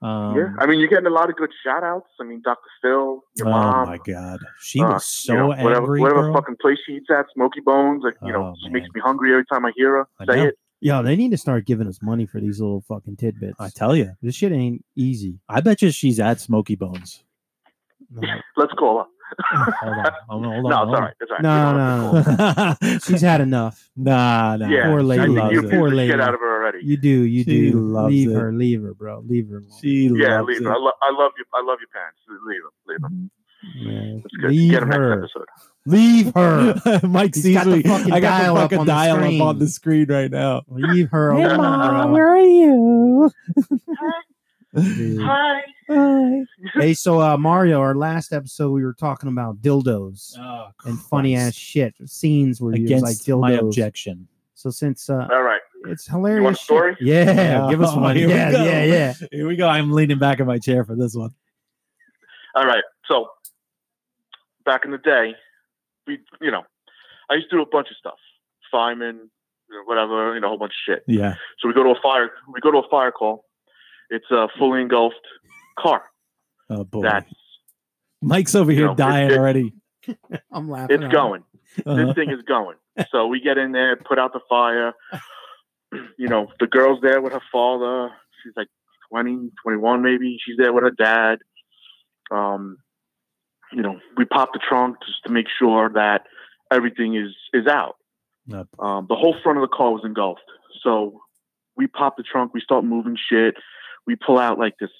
S4: Um,
S9: yeah, I mean, you're getting a lot of good shout outs. I mean, Dr. Phil, your
S4: oh
S9: mom.
S4: my god, she
S9: uh,
S4: was so
S9: you know, whatever,
S4: angry,
S9: whatever
S4: bro.
S9: fucking place she eats at, Smoky Bones. Like, you know,
S4: Oh,
S9: she makes
S4: man.
S9: me hungry every time I hear her
S4: I
S9: say
S4: know.
S9: it.
S10: Yo, they need to start giving us money for these little fucking tidbits.
S4: I tell you,
S10: this shit ain't easy.
S4: I bet you she's at Smoky Bones.
S10: No,
S9: [laughs] Let's call her.
S4: Hold on, I'm gonna- hold on,
S9: [laughs] no, it's
S4: hold
S9: all
S4: on.
S9: right. It's all right.
S10: No,
S9: You don't have to
S10: no, [laughs]
S9: call.
S10: she's had enough.
S4: nah, nah.
S9: Yeah,
S10: Poor lady
S9: I think
S4: loves
S9: you
S4: it.
S9: abused
S10: Poor
S9: the
S10: lady.
S9: shit out of her already.
S10: You do, you
S4: She
S10: do.
S4: loves
S10: leave
S4: it.
S10: her, leave her, bro. Leave her. alone.
S4: She [laughs]
S9: yeah,
S4: loves
S9: leave
S4: it. Mm-hmm.
S9: her. I, lo- I love you. I love your pants. Leave them. Leave them.
S10: Yeah,
S9: That's good.
S10: Leave
S9: Get them
S10: her.
S9: next episode.
S10: Leave her.
S4: [laughs] Mike
S10: He's got
S4: Cecily.
S10: the fucking
S4: I got
S10: dial-up
S4: the fucking
S10: on the
S4: dial up
S10: screen.
S4: on the screen right now.
S10: Leave her
S4: Hey,
S10: alone,
S4: Mom,
S10: bro.
S4: where are you?
S10: Dude.
S9: Hi.
S4: Hi.
S10: Hey, so uh, Mario, our last episode, we were talking about dildos and funny ass shit scenes where you was like
S4: Ah, Against
S10: dildos.
S4: my objection.
S10: So since uh,
S9: All right.
S10: it's hilarious,
S9: want a
S10: shit.
S9: story?
S10: Yeah, give us
S4: [laughs] Oh,
S10: one.
S4: here we
S10: Yeah,
S4: go.
S10: yeah, yeah.
S4: Here we go. I'm leaning back in my chair for this one.
S9: All right. So back in the day, we you know, I used to do a bunch of stuff. Fireman, you know, whatever, you know, a whole bunch of shit.
S4: Yeah.
S9: So we go to a fire we go to a fire call. It's a fully engulfed car.
S4: Oh boy.
S9: That's
S4: Mike's over
S9: you
S4: here
S9: know,
S4: dying [laughs]
S9: it's-
S4: already.
S10: I'm laughing.
S9: it's going.
S4: Uh-huh.
S9: This thing is going. So we get in there, put out the fire. [clears throat] You know, the girl's there with her father. She's like 20, 21 maybe. She's there with her dad. Um, you know, we pop the trunk just to make sure that everything is is out.
S4: Yep.
S9: Um, the whole front of the car was engulfed. So we pop the trunk. We start moving shit. We pull out like this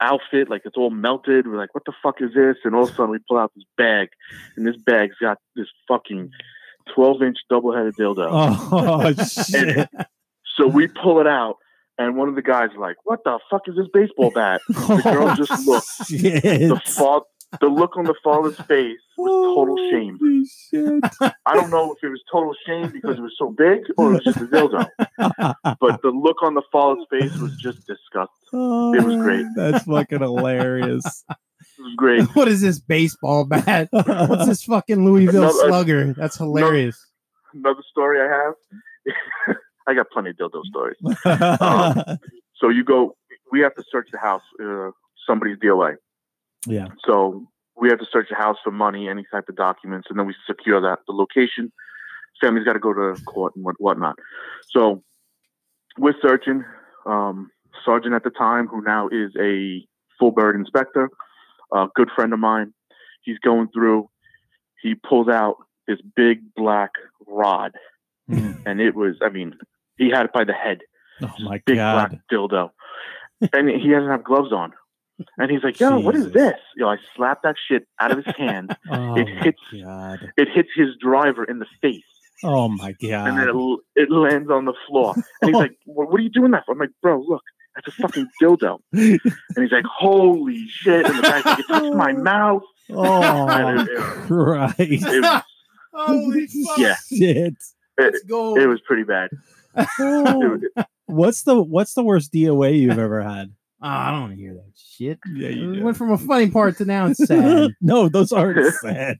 S9: outfit, like it's all melted. We're like, what the fuck is this? And all of a sudden, we pull out this bag, and this bag's got this fucking 12 inch double headed dildo.
S4: [laughs]
S9: [laughs]
S4: Oh shit.
S9: So we pull it out, and one of the guys is like, what the fuck is this baseball
S4: [laughs]
S9: bat? The girl just looked.
S4: Oh, Shit.
S9: The, fa- the look on the father's face was total shame.
S4: Holy shit.
S9: I don't know if it was total shame because it was so big or it was just a dildo, but the look on the father's face was just disgust. It was great.
S4: [laughs] That's fucking hilarious.
S9: [laughs] It was great.
S10: What is this baseball bat? What's this fucking Louisville
S9: Another-
S10: slugger? That's hilarious.
S9: Another story I have. [laughs] I got plenty of dildo stories. Um, So you go. We have to search the house. Uh, somebody's DOA.
S4: yeah.
S9: So we have to search the house for money, any type of documents, and then we secure that the location. Family's got to go to court and what whatnot. So we're searching. Um, sergeant at the time, who now is a full bird inspector, a good friend of mine. He's going through. He pulls out this big black rod,
S4: Mm.
S9: and it was. I mean, he had it by the head
S4: Oh my
S9: big
S4: god.
S9: black dildo. And he doesn't have gloves on. And he's like, yo, what is
S4: Jesus.
S9: this? Yo, I slapped that shit out of his
S10: [laughs]
S9: hand.
S4: Oh
S9: it
S4: my
S9: hits
S4: god.
S9: it hits his driver in the face.
S4: Oh my god.
S9: And then it, it lands on the floor. And
S10: [laughs]
S9: he's like, well, what are you doing that for? I'm like, bro, look, that's a fucking dildo. And he's like, holy shit. And the guy's like, it
S10: [laughs]
S9: touched my mouth.
S4: [laughs] oh
S9: And it, it-
S4: Christ.
S10: [laughs]
S9: it was,
S10: Holy
S9: [laughs] Yeah.
S4: Shit.
S9: it,
S10: go.
S9: it was pretty bad.
S4: Oh.
S9: It- it-
S4: What's the what's the worst DOA you've ever had?
S10: Ah, I don't want to hear that shit.
S4: Yeah,
S10: It went from a funny part to now it's [laughs] sad.
S4: no, those
S9: [laughs]
S4: aren't sad.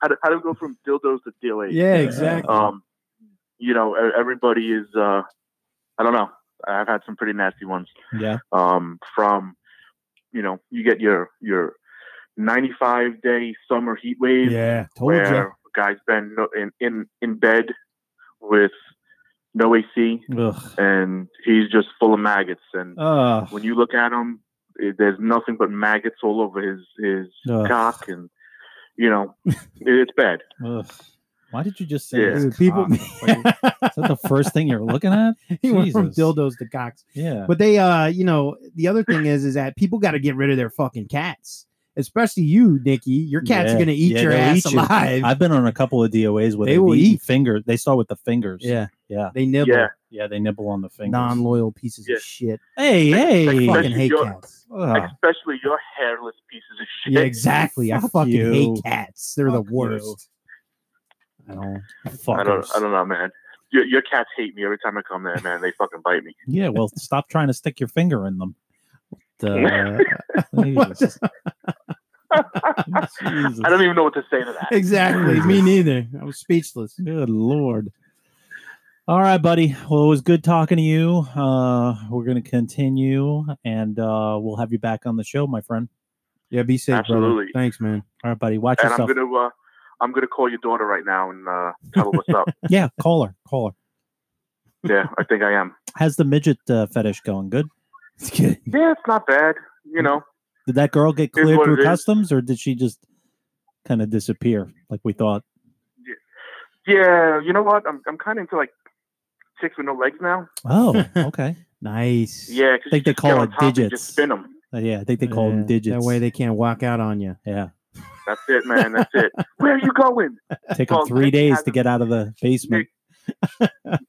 S9: how, do, how do we go from dildos to dildos?
S10: yeah, exactly.
S9: um, you know, e- everybody is, uh, I don't know. I've had some pretty nasty ones.
S4: Yeah.
S9: Um, from, you know, you get your, your 95 day summer heat wave
S10: yeah, told
S9: where
S10: you.
S9: a guy's been no- in, in, in bed with no AC
S4: Ugh. Ah.
S9: and he's just full of maggots. And
S4: Ugh.
S9: when you look at him, it, there's nothing but maggots all over his, his
S4: Ugh.
S9: cock and,
S10: [laughs]
S9: you know, it, it's bad.
S4: Ugh. Why did you just say
S9: Yeah.
S4: his
S10: Dude, people- [laughs]
S4: cock? Like, is that the first thing you're looking at?
S10: He went from
S4: Jesus.
S10: dildos to cocks.
S4: Yeah.
S10: But they, uh, you know, the other thing is, is that people got to get rid of their fucking cats, especially you, Nikki. Your cats
S4: Yeah.
S10: are gonna eat
S4: Yeah,
S10: your
S4: they'll
S10: ass
S4: eat you.
S10: alive.
S4: I've been on a couple of DOAs where
S10: They
S4: they,
S10: will
S4: will
S10: eat.
S4: eat fingers. They start with the fingers.
S10: yeah,
S4: Yeah.
S10: they nibble.
S9: Yeah.
S4: Yeah. They nibble on the fingers.
S10: Non-loyal pieces
S9: Yeah.
S10: of shit.
S4: hey, hey.
S10: Fucking
S9: Especially
S10: hate
S9: your-
S10: cats.
S4: Ugh.
S9: Especially your hairless pieces of shit.
S10: Yeah, exactly. I
S4: Fuck
S10: fucking
S4: you.
S10: hate cats. They're
S4: Fuck
S10: the
S4: you.
S10: worst. I don't.
S4: Fuckers.
S9: I don't, I don't know, man. Your, your cats hate me every time I come there, man. They fucking bite me.
S4: Yeah. Well, stop trying to stick your finger
S10: [laughs]
S4: in them.
S10: Uh,
S4: Jesus. Jesus.
S9: I don't even know what to say to that.
S10: exactly. Me neither. I was speechless.
S4: Good lord. All right, buddy. Well, it was good talking to you. Uh, we're going to continue and uh, we'll have you back on the show, my friend.
S10: Yeah, be safe, brother.
S9: Absolutely.
S10: Thanks, man.
S4: All right, buddy. Watch
S9: And I'm
S4: yourself.
S9: gonna uh,
S4: [laughs]
S9: I'm gonna call your daughter right now and uh, tell her what's up.
S4: Yeah, call her. Call her.
S9: Yeah, I think I am.
S4: How's the midget uh, fetish going? Good. [laughs]
S9: Good. Yeah, it's not bad. You know,
S4: Did that girl get
S9: Is
S4: cleared
S9: what
S4: through
S9: it is.
S4: customs, or did she just kind of disappear like we thought?
S9: yeah, you know what? I'm I'm kind of into like chicks with no legs now.
S10: [laughs]
S4: Oh, okay.
S10: Nice.
S9: Yeah, because
S4: Think they call it digits.
S9: Just spin them.
S4: Uh, yeah, I think they call them
S10: Yeah,
S4: digits.
S10: That way they can't walk out on you.
S9: [laughs]
S4: yeah,
S9: That's it, man. That's
S4: [laughs]
S9: it. Where are you going?
S4: take them
S9: Well,
S4: three
S9: Nick
S4: days to
S9: hasn't-
S4: get out of the basement.
S9: [laughs]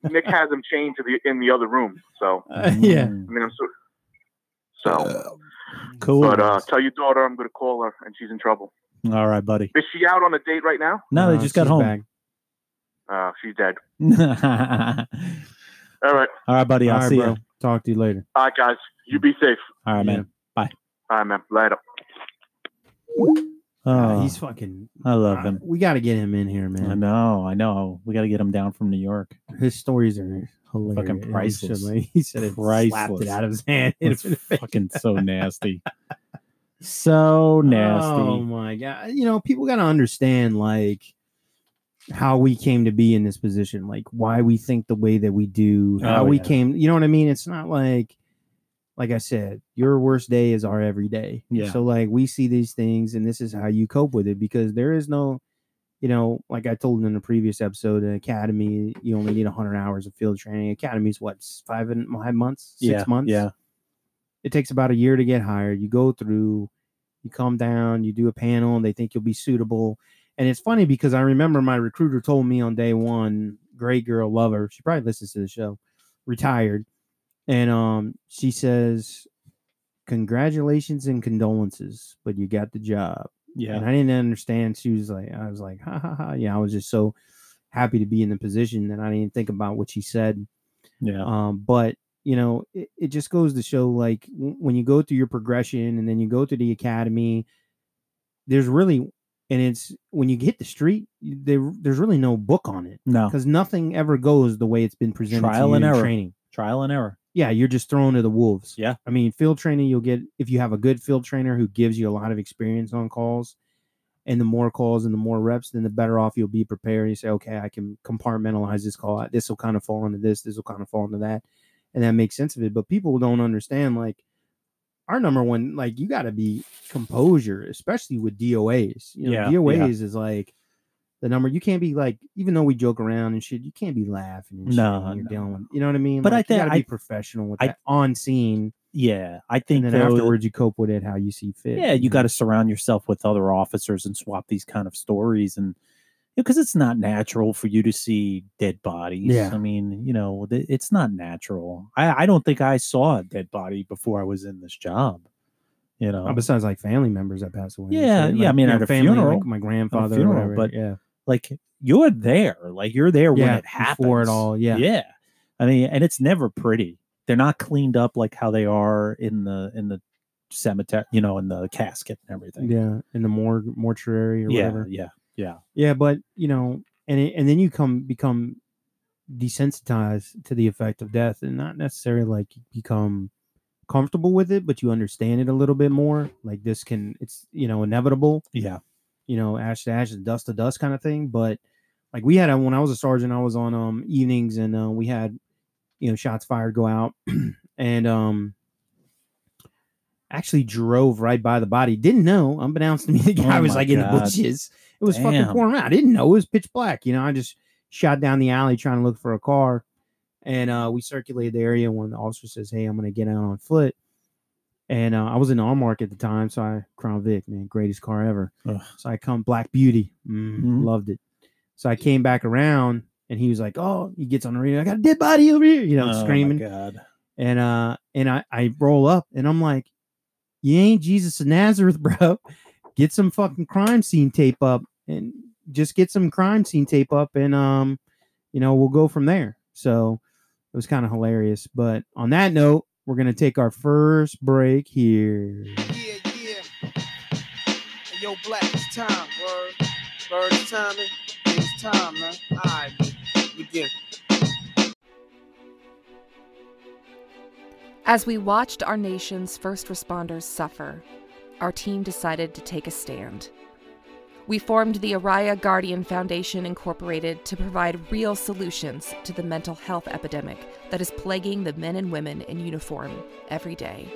S9: Nick has them chained to the in the other room. So
S4: [laughs] Uh,
S10: yeah.
S9: I mean, I'm so so.
S4: cool.
S9: but uh, tell your daughter I'm going to call her, and she's in trouble.
S4: All right, buddy.
S9: Is she out on a date right now?
S4: No, they
S10: Uh,
S4: just got
S10: she's
S4: home.
S10: back.
S9: Uh, she's dead.
S4: [laughs] All
S9: All right,
S4: right, buddy. I'll
S10: All right,
S4: see
S10: bro.
S4: you.
S10: Talk to you later.
S9: all right, guys. You be safe.
S4: All right, man.
S9: All right, man. Later.
S4: Oh,
S10: Uh, he's fucking.
S4: I love
S10: uh,
S4: him.
S10: we got to get him in here,
S4: I
S10: man.
S4: know. I know. We got to get him down from New York.
S10: His stories are hilarious.
S4: Fucking priceless.
S10: He should- [laughs] He should have slapped
S4: Priceless.
S10: it out of his hand.
S4: It's fucking
S10: [laughs]
S4: so nasty. So nasty.
S10: Oh my god! You know, people got to understand like how we came to be in this position, like why we think the way that we do, how
S4: Oh,
S10: we
S4: yeah.
S10: came. You know what I mean? It's not like, like I said, your worst day is our every day.
S4: Yeah.
S10: So like we see these things, and this is how you cope with it because there is no, you know, like I told in the previous episode, an academy you only need hundred hours of field training. Academy's what five and five months, six
S4: yeah,
S10: months,
S4: Yeah.
S10: it takes about a year to get hired. You go through, you come down, you do a panel, and they think you'll be suitable. And it's funny because I remember my recruiter told me on day one, great girl, love her. She probably listens to the show, retired. And um, she says, Congratulations and condolences, but you got the job. And
S4: Yeah.
S10: I didn't understand. She was like, I was like, ha ha ha. Yeah, I was just so happy to be in the position that I didn't think about what she said.
S4: Yeah.
S10: Um, but you know, it, it just goes to show like w- when you go through your progression and then you go through the academy, there's really, and it's when you hit the street, you- there, there's really no book on it
S4: No.
S10: because nothing ever goes the way it's been presented. to
S4: Trial
S10: you
S4: and
S10: in
S4: error.
S10: training.
S4: Trial and error.
S10: Yeah, you're just thrown to the wolves.
S4: Yeah.
S10: I mean, field training, you'll get if you have a good field trainer who gives you a lot of experience on calls, and the more calls and the more reps, then the better off you'll be prepared. You say, okay, I can compartmentalize this call. This will kind of fall into this. This will kind of fall into that, and that makes sense of it. But people don't understand like our number one, like you got to be composure, especially with DOAs. You know,
S4: Yeah,
S10: DOAs
S4: yeah.
S10: is like. The number you can't be like, even though we joke around and shit, you can't be laughing. And shit
S4: No,
S10: when you're
S4: no.
S10: dealing with, you know what I mean.
S4: But I
S10: you
S4: think-
S10: gotta
S4: I-
S10: be professional with
S4: I-
S10: that on scene
S4: Yeah. I
S10: and
S4: think
S10: then
S4: though,
S10: afterwards you cope with it how you see fit.
S4: yeah, you got
S10: to.
S4: to surround yourself with other officers and swap these kind of stories and because it's not natural for you to see dead bodies.
S10: Yeah.
S4: I mean, you know, th- it's not natural. I, I don't think I saw a dead body before I was in this job. You know,
S10: Oh, Besides, like family members that pass away. and
S4: Yeah,
S10: shit,
S4: yeah, I
S10: like,
S4: mean,
S10: you
S4: at
S10: know,
S4: a
S10: family, like
S4: funeral-
S10: my grandfather,
S4: funeral,
S10: or whatever,
S4: but
S10: yeah,
S4: like you're there, like you're there when
S10: Yeah,
S4: it happens
S10: before it all, yeah.
S4: yeah. I mean, and it's never pretty. They're not cleaned up like how they are in the in the cemetery, you know, in the casket and everything.
S10: yeah, in the morgue, mortuary, or
S4: yeah,
S10: whatever.
S4: yeah, yeah.
S10: Yeah, but you know, and it, and then you come become desensitized to the effect of death, and not necessarily like you become comfortable with it, but you understand it a little bit more. Like this can, it's you know, inevitable.
S4: yeah.
S10: you know, ash to ash and dust to dust kind of thing. But like we had a, when I was a sergeant, I was on um evenings and uh, we had you know shots fired go out [clears throat] and um actually drove right by the body. Didn't know, unbeknownst to me, [laughs] the guy
S4: Oh
S10: was
S4: my
S10: like in the
S4: God.
S10: bushes. It was fucking
S4: Damn.
S10: pouring out. I didn't know it was pitch black. You know, I just shot down the alley trying to look for a car. And uh, we circulated the area. One of the officers says, "Hey, I'm going to get out on foot." And uh, I was in Armark at the time, so I Crown Vic, man, greatest car ever.
S4: Ugh.
S10: So I come Black Beauty, mm,
S4: Mhm.
S10: loved it. So I came back around, and he was like, "Oh," he gets on the radio. I got a dead body over here, you know,
S4: Oh my
S10: screaming.
S4: God.
S10: And uh, and I I roll up, and I'm like, "You ain't Jesus of Nazareth, [laughs] bro. Get some fucking crime scene tape up, and just get some crime scene tape up, and um, you know, we'll go from there." So it was kind of hilarious. But on that note, we're gonna take our first break here.
S8: Yeah, yeah. And yo, black, it's time, word. Bird is timing. It's time, man. All right, we begin.
S1: As we watched our nation's first responders suffer, our team decided to take a stand. We formed the Araya Guardian Foundation Incorporated to provide real solutions to the mental health epidemic that is plaguing the men and women in uniform every day.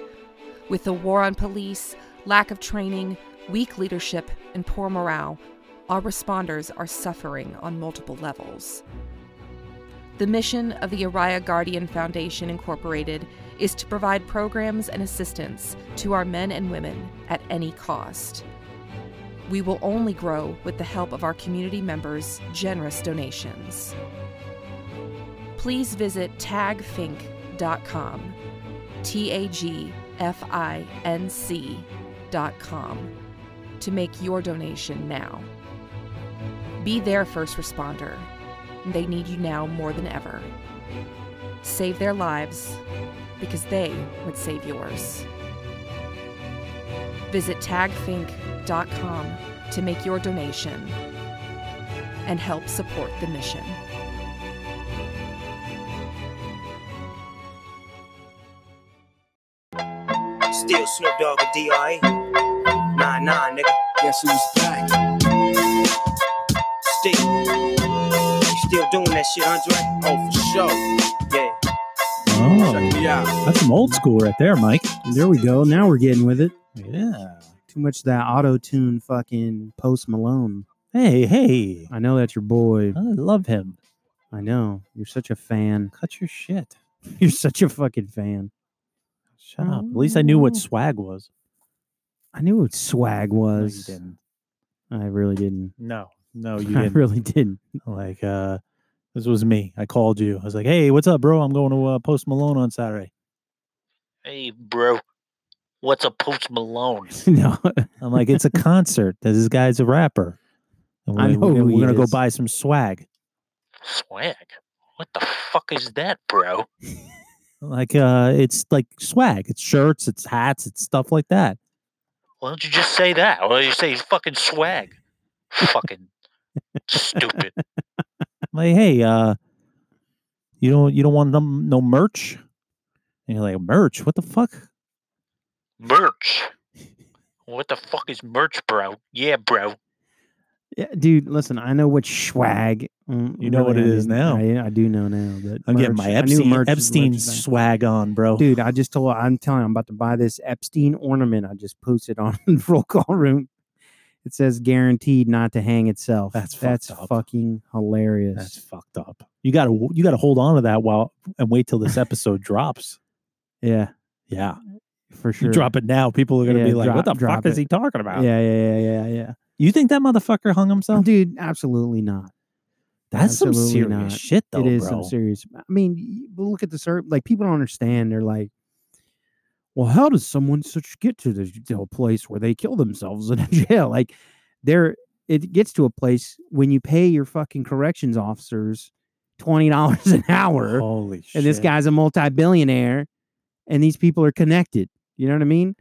S1: With the war on police, lack of training, weak leadership, and poor morale, our responders are suffering on multiple levels. The mission of the Araya Guardian Foundation Incorporated is to provide programs and assistance to our men and women at any cost. We will only grow with the help of our community members' generous donations. Please visit tagfink.com, T A G F I N C.com, to make your donation now. Be their first responder. They need you now more than ever. Save their lives because they would save yours. Visit tagfink.com to make your donation and help support the mission.
S11: Still Snoop Dogg and D.R.E. Nah, nah, nigga. Guess who's back? Still. You still doing that shit, Andre? Oh, for sure. Yeah.
S4: Oh,
S11: Yeah.
S4: that's some old school right there, Mike.
S10: There we go. Now we're getting with it.
S4: Yeah.
S10: Too much of that auto tune fucking post Malone.
S4: Hey, hey.
S10: I know that's your boy.
S4: I love him.
S10: I know. You're such a fan.
S4: Cut your shit.
S10: [laughs] You're such a fucking fan. Oh.
S4: Shut up. At least I knew what swag was.
S10: I knew what swag
S4: No, you
S10: was.
S4: didn't.
S10: I really didn't.
S4: No,
S10: [laughs]
S4: no, you
S10: I
S4: didn't.
S10: really didn't.
S4: Like, uh, this was me. I called you. I was like, "Hey, what's up, bro? I'm going to uh, Post Malone on Saturday."
S12: Hey, bro. What's a Post Malone?
S10: [laughs] no.
S4: I'm
S10: [laughs]
S4: like, "It's a concert. This guy's a rapper. And
S10: I
S4: we-
S10: know
S4: we're, gonna-
S10: who
S4: we're
S10: he
S4: gonna go
S10: is."
S4: buy some swag."
S12: Swag. What the fuck is that, bro?
S4: Like, uh, it's like swag. It's shirts. It's hats. It's stuff like that.
S12: Why don't you just say that? Why don't you say fucking
S10: [laughs]
S12: swag? fucking stupid.
S4: I'm [laughs] like, "Hey, uh, you don't you don't want no, no merch?" And you're like, "Merch? What the fuck?"
S12: Merch. What the fuck is merch, bro? Yeah, bro.
S10: Yeah, dude, listen, I know what swag. mm,
S4: You know what
S10: really,
S4: it
S10: I
S4: is
S10: didn't. I, I do know now, but
S4: I'm getting
S10: merch-
S4: my
S10: I knew
S4: Epstein
S10: merch was
S4: Epstein
S10: merchandise.
S4: swag on, bro.
S10: Dude, I just told I'm telling you, I'm about to buy this Epstein ornament I just posted on [laughs] the roll call room. It says guaranteed not to hang itself.
S4: That's fucked
S10: that's
S4: up.
S10: fucking hilarious.
S4: That's fucked up. You gotta you gotta hold on to that while and wait till this episode drops.
S10: yeah,
S4: Yeah,
S10: for sure.
S4: you drop it now, people are gonna
S10: Yeah,
S4: be like, "What
S10: drop-
S4: the
S10: drop
S4: fuck is
S10: it.
S4: he talking
S10: Yeah,
S4: about?"
S10: yeah, yeah, yeah, yeah.
S4: You think that motherfucker hung himself?
S10: Dude, absolutely not.
S4: That's some
S10: absolutely
S4: serious
S10: not.
S4: shit, though,
S10: it is
S4: bro.
S10: some serious. I mean, y- but look at the sur Like people don't understand. They're like, well, how does someone such get to this to a place where they kill themselves in a [laughs] jail? Like, there, it gets to a place when you pay your fucking corrections officers twenty dollars [laughs] an hour,
S4: Holy shit!
S10: and this guy's a multi-billionaire, and these people are connected. You know what I mean?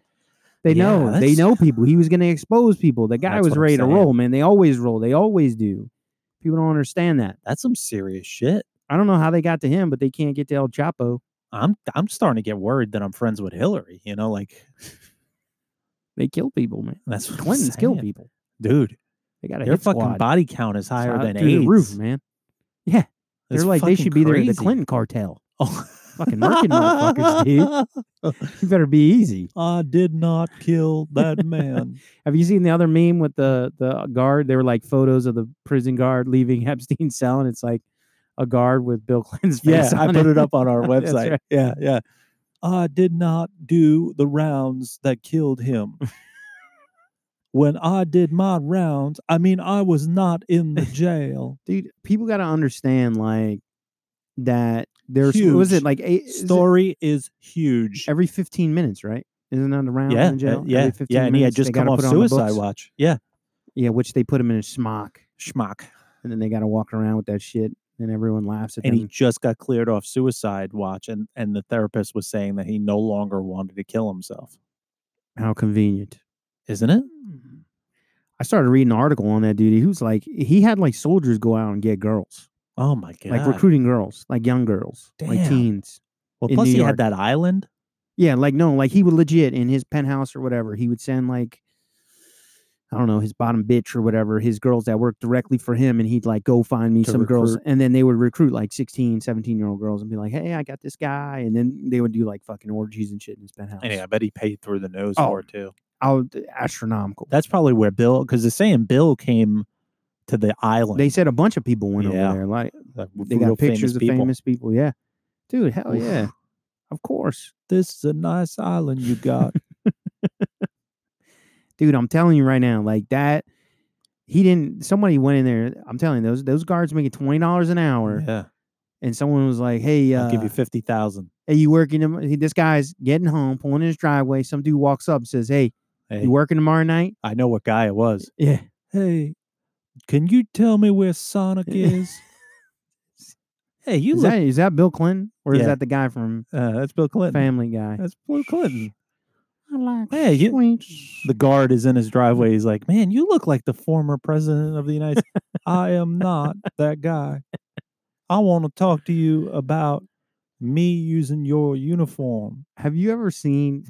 S10: They
S4: Yeah,
S10: know. They
S4: that's-
S10: know people. He was going to expose people. The guy
S4: That's
S10: was
S4: what I'm
S10: ready to
S4: saying.
S10: roll, man. They always roll. They always do. People don't understand that.
S4: that's some serious shit.
S10: I don't know how they got to him, but they can't get to El Chapo.
S4: I'm I'm starting to get worried that I'm friends with Hillary. You know, like
S10: They kill people, man.
S4: that's what I'm
S10: Clintons kill
S4: saying.
S10: people.
S4: dude.
S10: They got a
S4: Their
S10: hit
S4: fucking
S10: squad.
S4: body count is
S10: It's
S4: higher
S10: out
S4: than
S10: through
S4: AIDS.
S10: the roof, man. Yeah,
S4: It's
S10: they're like they
S4: fucking
S10: should be there. The
S4: crazy.
S10: Clinton cartel.
S4: Oh.
S10: Fucking murking motherfuckers,
S4: [laughs]
S10: dude. You better be easy.
S4: I did not kill
S10: [laughs]
S4: that man.
S10: Have you seen the other meme with the the guard? They were like photos of the prison guard leaving [laughs] Epstein's cell, and it's like a guard with Bill Clinton's
S4: Yeah,
S10: face.
S4: I
S10: on
S4: put it up on our
S10: [laughs] That's
S4: website.
S10: right.
S4: Yeah, yeah. I did not do the rounds that killed him. when I did my rounds, I mean, I was not in the jail.
S10: [laughs] dude. People got to understand like that. There's what was
S4: Huge
S10: it like eight is it
S4: Story is huge.
S10: every 15 minutes, right? Isn't that around
S4: yeah,
S10: in
S4: uh,
S10: jail?
S4: yeah,
S10: every 15
S4: yeah. And he had
S10: minutes, they
S4: just come
S10: gotta
S4: off
S10: put it on the
S4: suicide
S10: books.
S4: watch. Yeah,
S10: Yeah, which they put him in a smock,
S4: schmuck.
S10: and then they got to walk around with that shit, and everyone laughs at
S4: And he
S10: them.
S4: just got cleared off suicide watch, and and the therapist was saying that he no longer wanted to kill himself.
S10: How convenient!
S4: Isn't it?
S10: I started reading an article on that dude. He was like, he had like soldiers go out and get girls,
S4: Oh my god!
S10: like recruiting girls, like young girls, like
S4: Damn.
S10: teens.
S4: well,
S10: in
S4: plus
S10: New
S4: he
S10: York.
S4: had that island.
S10: Yeah, like no, like he would legit in his penthouse or whatever. He would send like I don't know, his bottom bitch or whatever, his girls that work directly for him. And he'd like, go find me
S13: To
S10: some girls.
S13: recruit.
S10: And then they would recruit like 16, 17 year old girls and be like, hey, I got this guy. And then they would do like fucking orgies and shit in his penthouse.
S4: And yeah, I bet he paid through the nose
S10: Oh.
S4: for it too.
S10: Out astronomical.
S4: That's probably where Bill, because they're saying Bill came to the island.
S10: They said a bunch of people went
S4: Yeah.
S10: over there. Like
S4: Like,
S10: they
S4: real
S10: got
S4: famous
S10: pictures of
S4: people.
S10: famous people. Yeah. Dude, hell
S4: Oof.
S10: yeah. Of course.
S4: This is a nice island you [laughs] got.
S10: Dude, I'm telling you right now, like that he didn't somebody went in there. I'm telling you, those those guards making twenty dollars an hour.
S4: yeah,
S10: And someone was like, Hey, uh,
S4: I'll give you fifty thousand.
S10: hey, you working? tom- He, this guy's getting home, pulling in his driveway. Some dude walks up and says, "Hey,
S4: Hey,
S10: you working tomorrow night?"
S4: I know what guy it was.
S10: Yeah,
S4: Hey, can you tell me where [laughs] Sonic is? hey, you
S10: is
S4: look.
S10: that is that Bill Clinton or
S4: Yeah.
S10: is that the guy from
S4: uh, that's Bill Clinton.
S10: Family Guy?
S4: That's Bill Clinton.
S10: I like
S4: Hey, you-
S10: sweets.
S4: The guard is in his driveway. He's like, "Man, you look like the former president of the United States."
S10: [laughs]
S4: I am not that guy. I want to talk to you about me using your uniform.
S10: Have you ever seen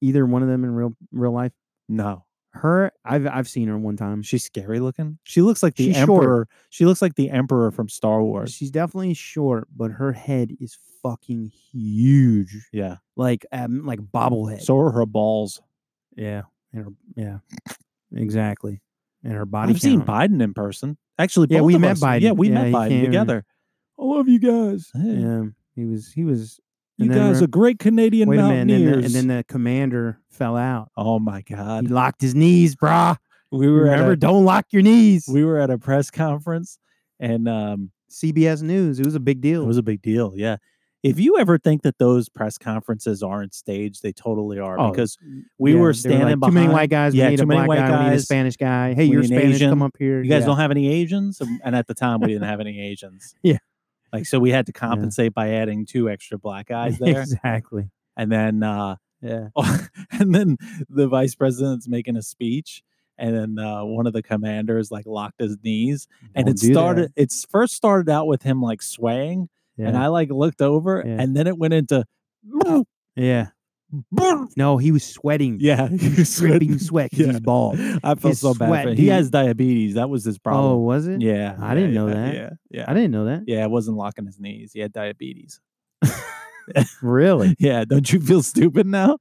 S10: either one of them in real real life?
S4: No,
S10: Her, I've I've seen her one time.
S4: she's scary looking. She looks like the
S10: She's short.
S4: emperor. She looks like the emperor from Star Wars.
S10: She's definitely short, but her head is fucking huge,
S4: Yeah,
S10: like um, like bobblehead.
S4: so are her balls.
S10: yeah, and her, yeah, exactly. And her body.
S4: I've seen
S10: count.
S4: Biden in person. Actually,
S10: Yeah,
S4: both
S10: we
S4: of
S10: met
S4: us- Yeah,
S10: Biden.
S4: we
S10: Yeah, he
S4: met
S10: came
S4: Biden
S10: and-
S4: together. I love you guys. Hey,
S10: Yeah, he was he was.
S4: You
S10: and then
S4: guys
S10: re-
S4: are great Canadian
S10: Wait a minute, and then,
S4: mountaineers.
S10: the, and then the commander fell out.
S4: oh my
S10: He
S4: god,
S10: locked his knees, brah.
S4: we were
S10: Remember,
S4: at a,
S10: don't lock your knees.
S4: we were at a press conference, and um,
S10: CBS News. It was a big
S4: it
S10: deal.
S4: was a big deal. Yeah. If you ever think that those press conferences aren't staged, they totally are
S10: Oh,
S4: because we
S10: Yeah,
S4: were
S10: they like,
S4: standing
S10: Too many
S4: behind-
S10: white guys.
S4: Yeah,
S10: we need
S4: too
S10: a
S4: many
S10: black
S4: white
S10: guy. We need a
S4: guys.
S10: Spanish guy. Hey,
S4: We
S10: you're
S4: need an
S10: Spanish.
S4: Asian.
S10: Come up here.
S4: You guys
S10: Yeah.
S4: [laughs] don't have any Asians, Um, and, and at the time we didn't have any Asians.
S10: [laughs] Yeah.
S4: like so we
S10: [laughs]
S4: had to compensate by adding two extra black guys
S10: [laughs]
S4: there,
S10: exactly.
S4: and then uh,
S10: Yeah.
S4: [laughs] and then the vice president's making a speech, and then uh, one of the commanders like locked his knees, and
S10: Don't
S4: it
S10: do that.
S4: started. It's first started out with him like swaying,
S10: Yeah.
S4: and I like looked over,
S10: Yeah.
S4: and then it went into.
S10: yeah. No, he was sweating.
S4: [laughs] Yeah, he was
S10: Dripping
S4: sweating.
S10: sweat 'cause he's bald.
S4: [laughs] I felt
S10: His
S4: so bad. For
S10: sweat,
S4: him. He
S10: dude.
S4: has diabetes. That was his problem.
S10: Oh, was it?
S4: Yeah,
S10: I
S4: yeah,
S10: didn't know
S4: yeah,
S10: that.
S4: Yeah, yeah,
S10: I didn't know that.
S4: yeah. It wasn't locking his knees. He had diabetes. [laughs]
S10: Really?
S4: Yeah, don't you feel stupid now?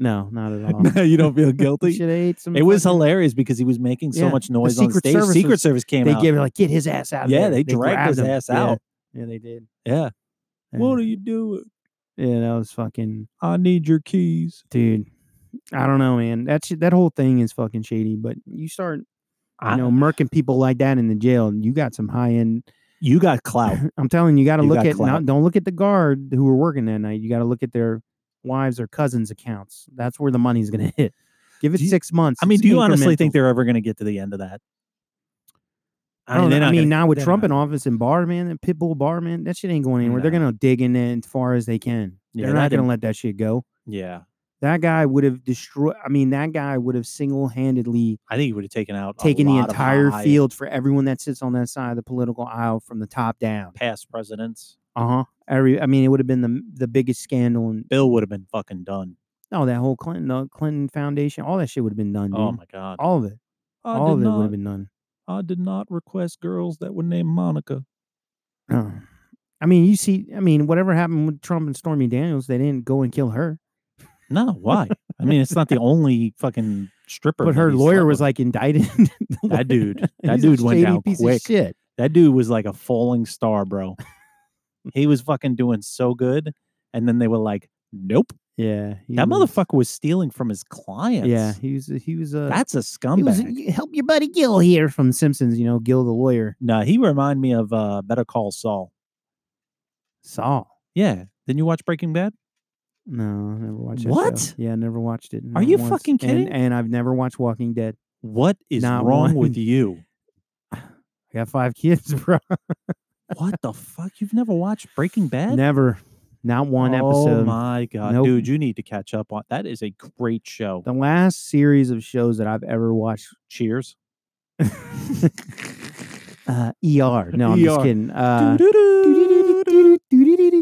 S10: No, not
S4: [laughs]
S10: at all.
S4: now you don't feel
S10: [laughs] We
S4: guilty.
S10: should have ate some.
S4: It was
S10: fucking-
S4: hilarious because he was making so
S10: Yeah,
S4: much noise on
S10: Secret
S4: stage.
S10: Service
S4: Secret
S10: was-
S4: Service came
S10: They
S4: out.
S10: gave it like, get his ass out. Of
S4: Yeah,
S10: there."
S4: they dragged
S10: grabbed
S4: his
S10: him.
S4: ass
S10: Yeah.
S4: out.
S10: Yeah, they did.
S4: yeah. What
S10: Yeah.
S4: are you doing?
S10: yeah, that was fucking
S4: I need your keys.
S10: dude. I don't know, man. That's that whole thing is fucking shady. But you start, you
S4: I-
S10: know, murking people like that in the jail, and you got some high end.
S4: You got clout.
S10: [laughs] I'm telling you, you got to
S4: You
S10: look
S4: got
S10: at
S4: clout.
S10: not, don't look at the guard who were working that night. You got to look at their wives or cousins' accounts. That's where the money's gonna [laughs] hit. Give it
S4: Do you-
S10: six months.
S4: I mean,
S10: It's
S4: do you honestly think
S10: incremental.
S4: they're ever going to get to the end of that?
S10: I don't
S4: they're
S10: know. I
S4: not
S10: mean,
S4: gonna-
S10: now with
S4: they're
S10: Trump in
S4: not-
S10: office and Barr, man, and Pitbull Barr, man, that shit ain't going anywhere. They're
S4: No.
S10: gonna dig in it as far as they can.
S4: Yeah,
S10: they're
S4: that
S10: not gonna
S4: im-
S10: let that shit go.
S4: Yeah,
S10: That guy would have destroyed. I mean, that guy would have single handedly
S4: I think he would have taken out a
S10: taking the
S4: lot of
S10: entire
S4: high
S10: field for everyone that sits on that side of the political aisle from the top down.
S4: past presidents.
S10: Uh huh. Every, I mean, it would have been the the biggest scandal, and
S4: Bill would have been fucking done.
S10: no, that whole Clinton, the Clinton Foundation, all that shit would have been done, dude.
S4: Oh my god!
S10: all of it,
S4: I
S10: all of
S4: did
S10: it would
S4: not.
S10: have been done.
S4: I did not request girls that were named Monica.
S10: Oh. I mean, you see, I mean, whatever happened with Trump and Stormy Daniels, they didn't go and kill her,
S4: No, why? I mean, it's not the only fucking stripper.
S10: but
S4: that
S10: her
S4: he
S10: lawyer
S4: slept
S10: was
S4: with.
S10: like indicted. [laughs] The lawyer-
S4: that dude. That
S10: he's a
S4: dude went
S10: shady
S4: down
S10: piece of
S4: quick.
S10: shit.
S4: That dude was like a falling
S10: [laughs]
S4: star, bro. he was fucking doing so good, and then they were like, "Nope,
S10: Yeah, he
S4: that
S10: was-
S4: motherfucker was stealing from his clients."
S10: Yeah, he was. He was a.
S4: that's a
S10: he was,
S4: scumbag.
S10: help your buddy Gil here from Simpsons. You know, Gil the lawyer.
S4: No, he remind me of uh, Better Call Saul.
S10: Saul.
S4: Yeah, didn't you watch Breaking Bad?
S10: No, Oh, I never watched that. show.
S4: What?
S10: Yeah, I never watched it.
S4: Are
S10: not
S4: you
S10: once.
S4: fucking
S10: And-
S4: kidding?
S10: And, I've never watched Walking Dead.
S4: What is
S10: Not
S4: wrong
S10: one.
S4: with you?
S10: I got five [laughs] kids, bro. [laughs]
S4: What the fuck? You've never watched Breaking Bad?
S10: never. Not one
S4: Oh
S10: episode.
S4: my god,
S10: Nope.
S4: dude, you need to catch up on that. Is a great show.
S10: The last series of shows that I've ever watched. [laughs]
S4: Cheers.
S10: Uh, ER. No, I'm just
S4: ER.
S10: kidding. Uh,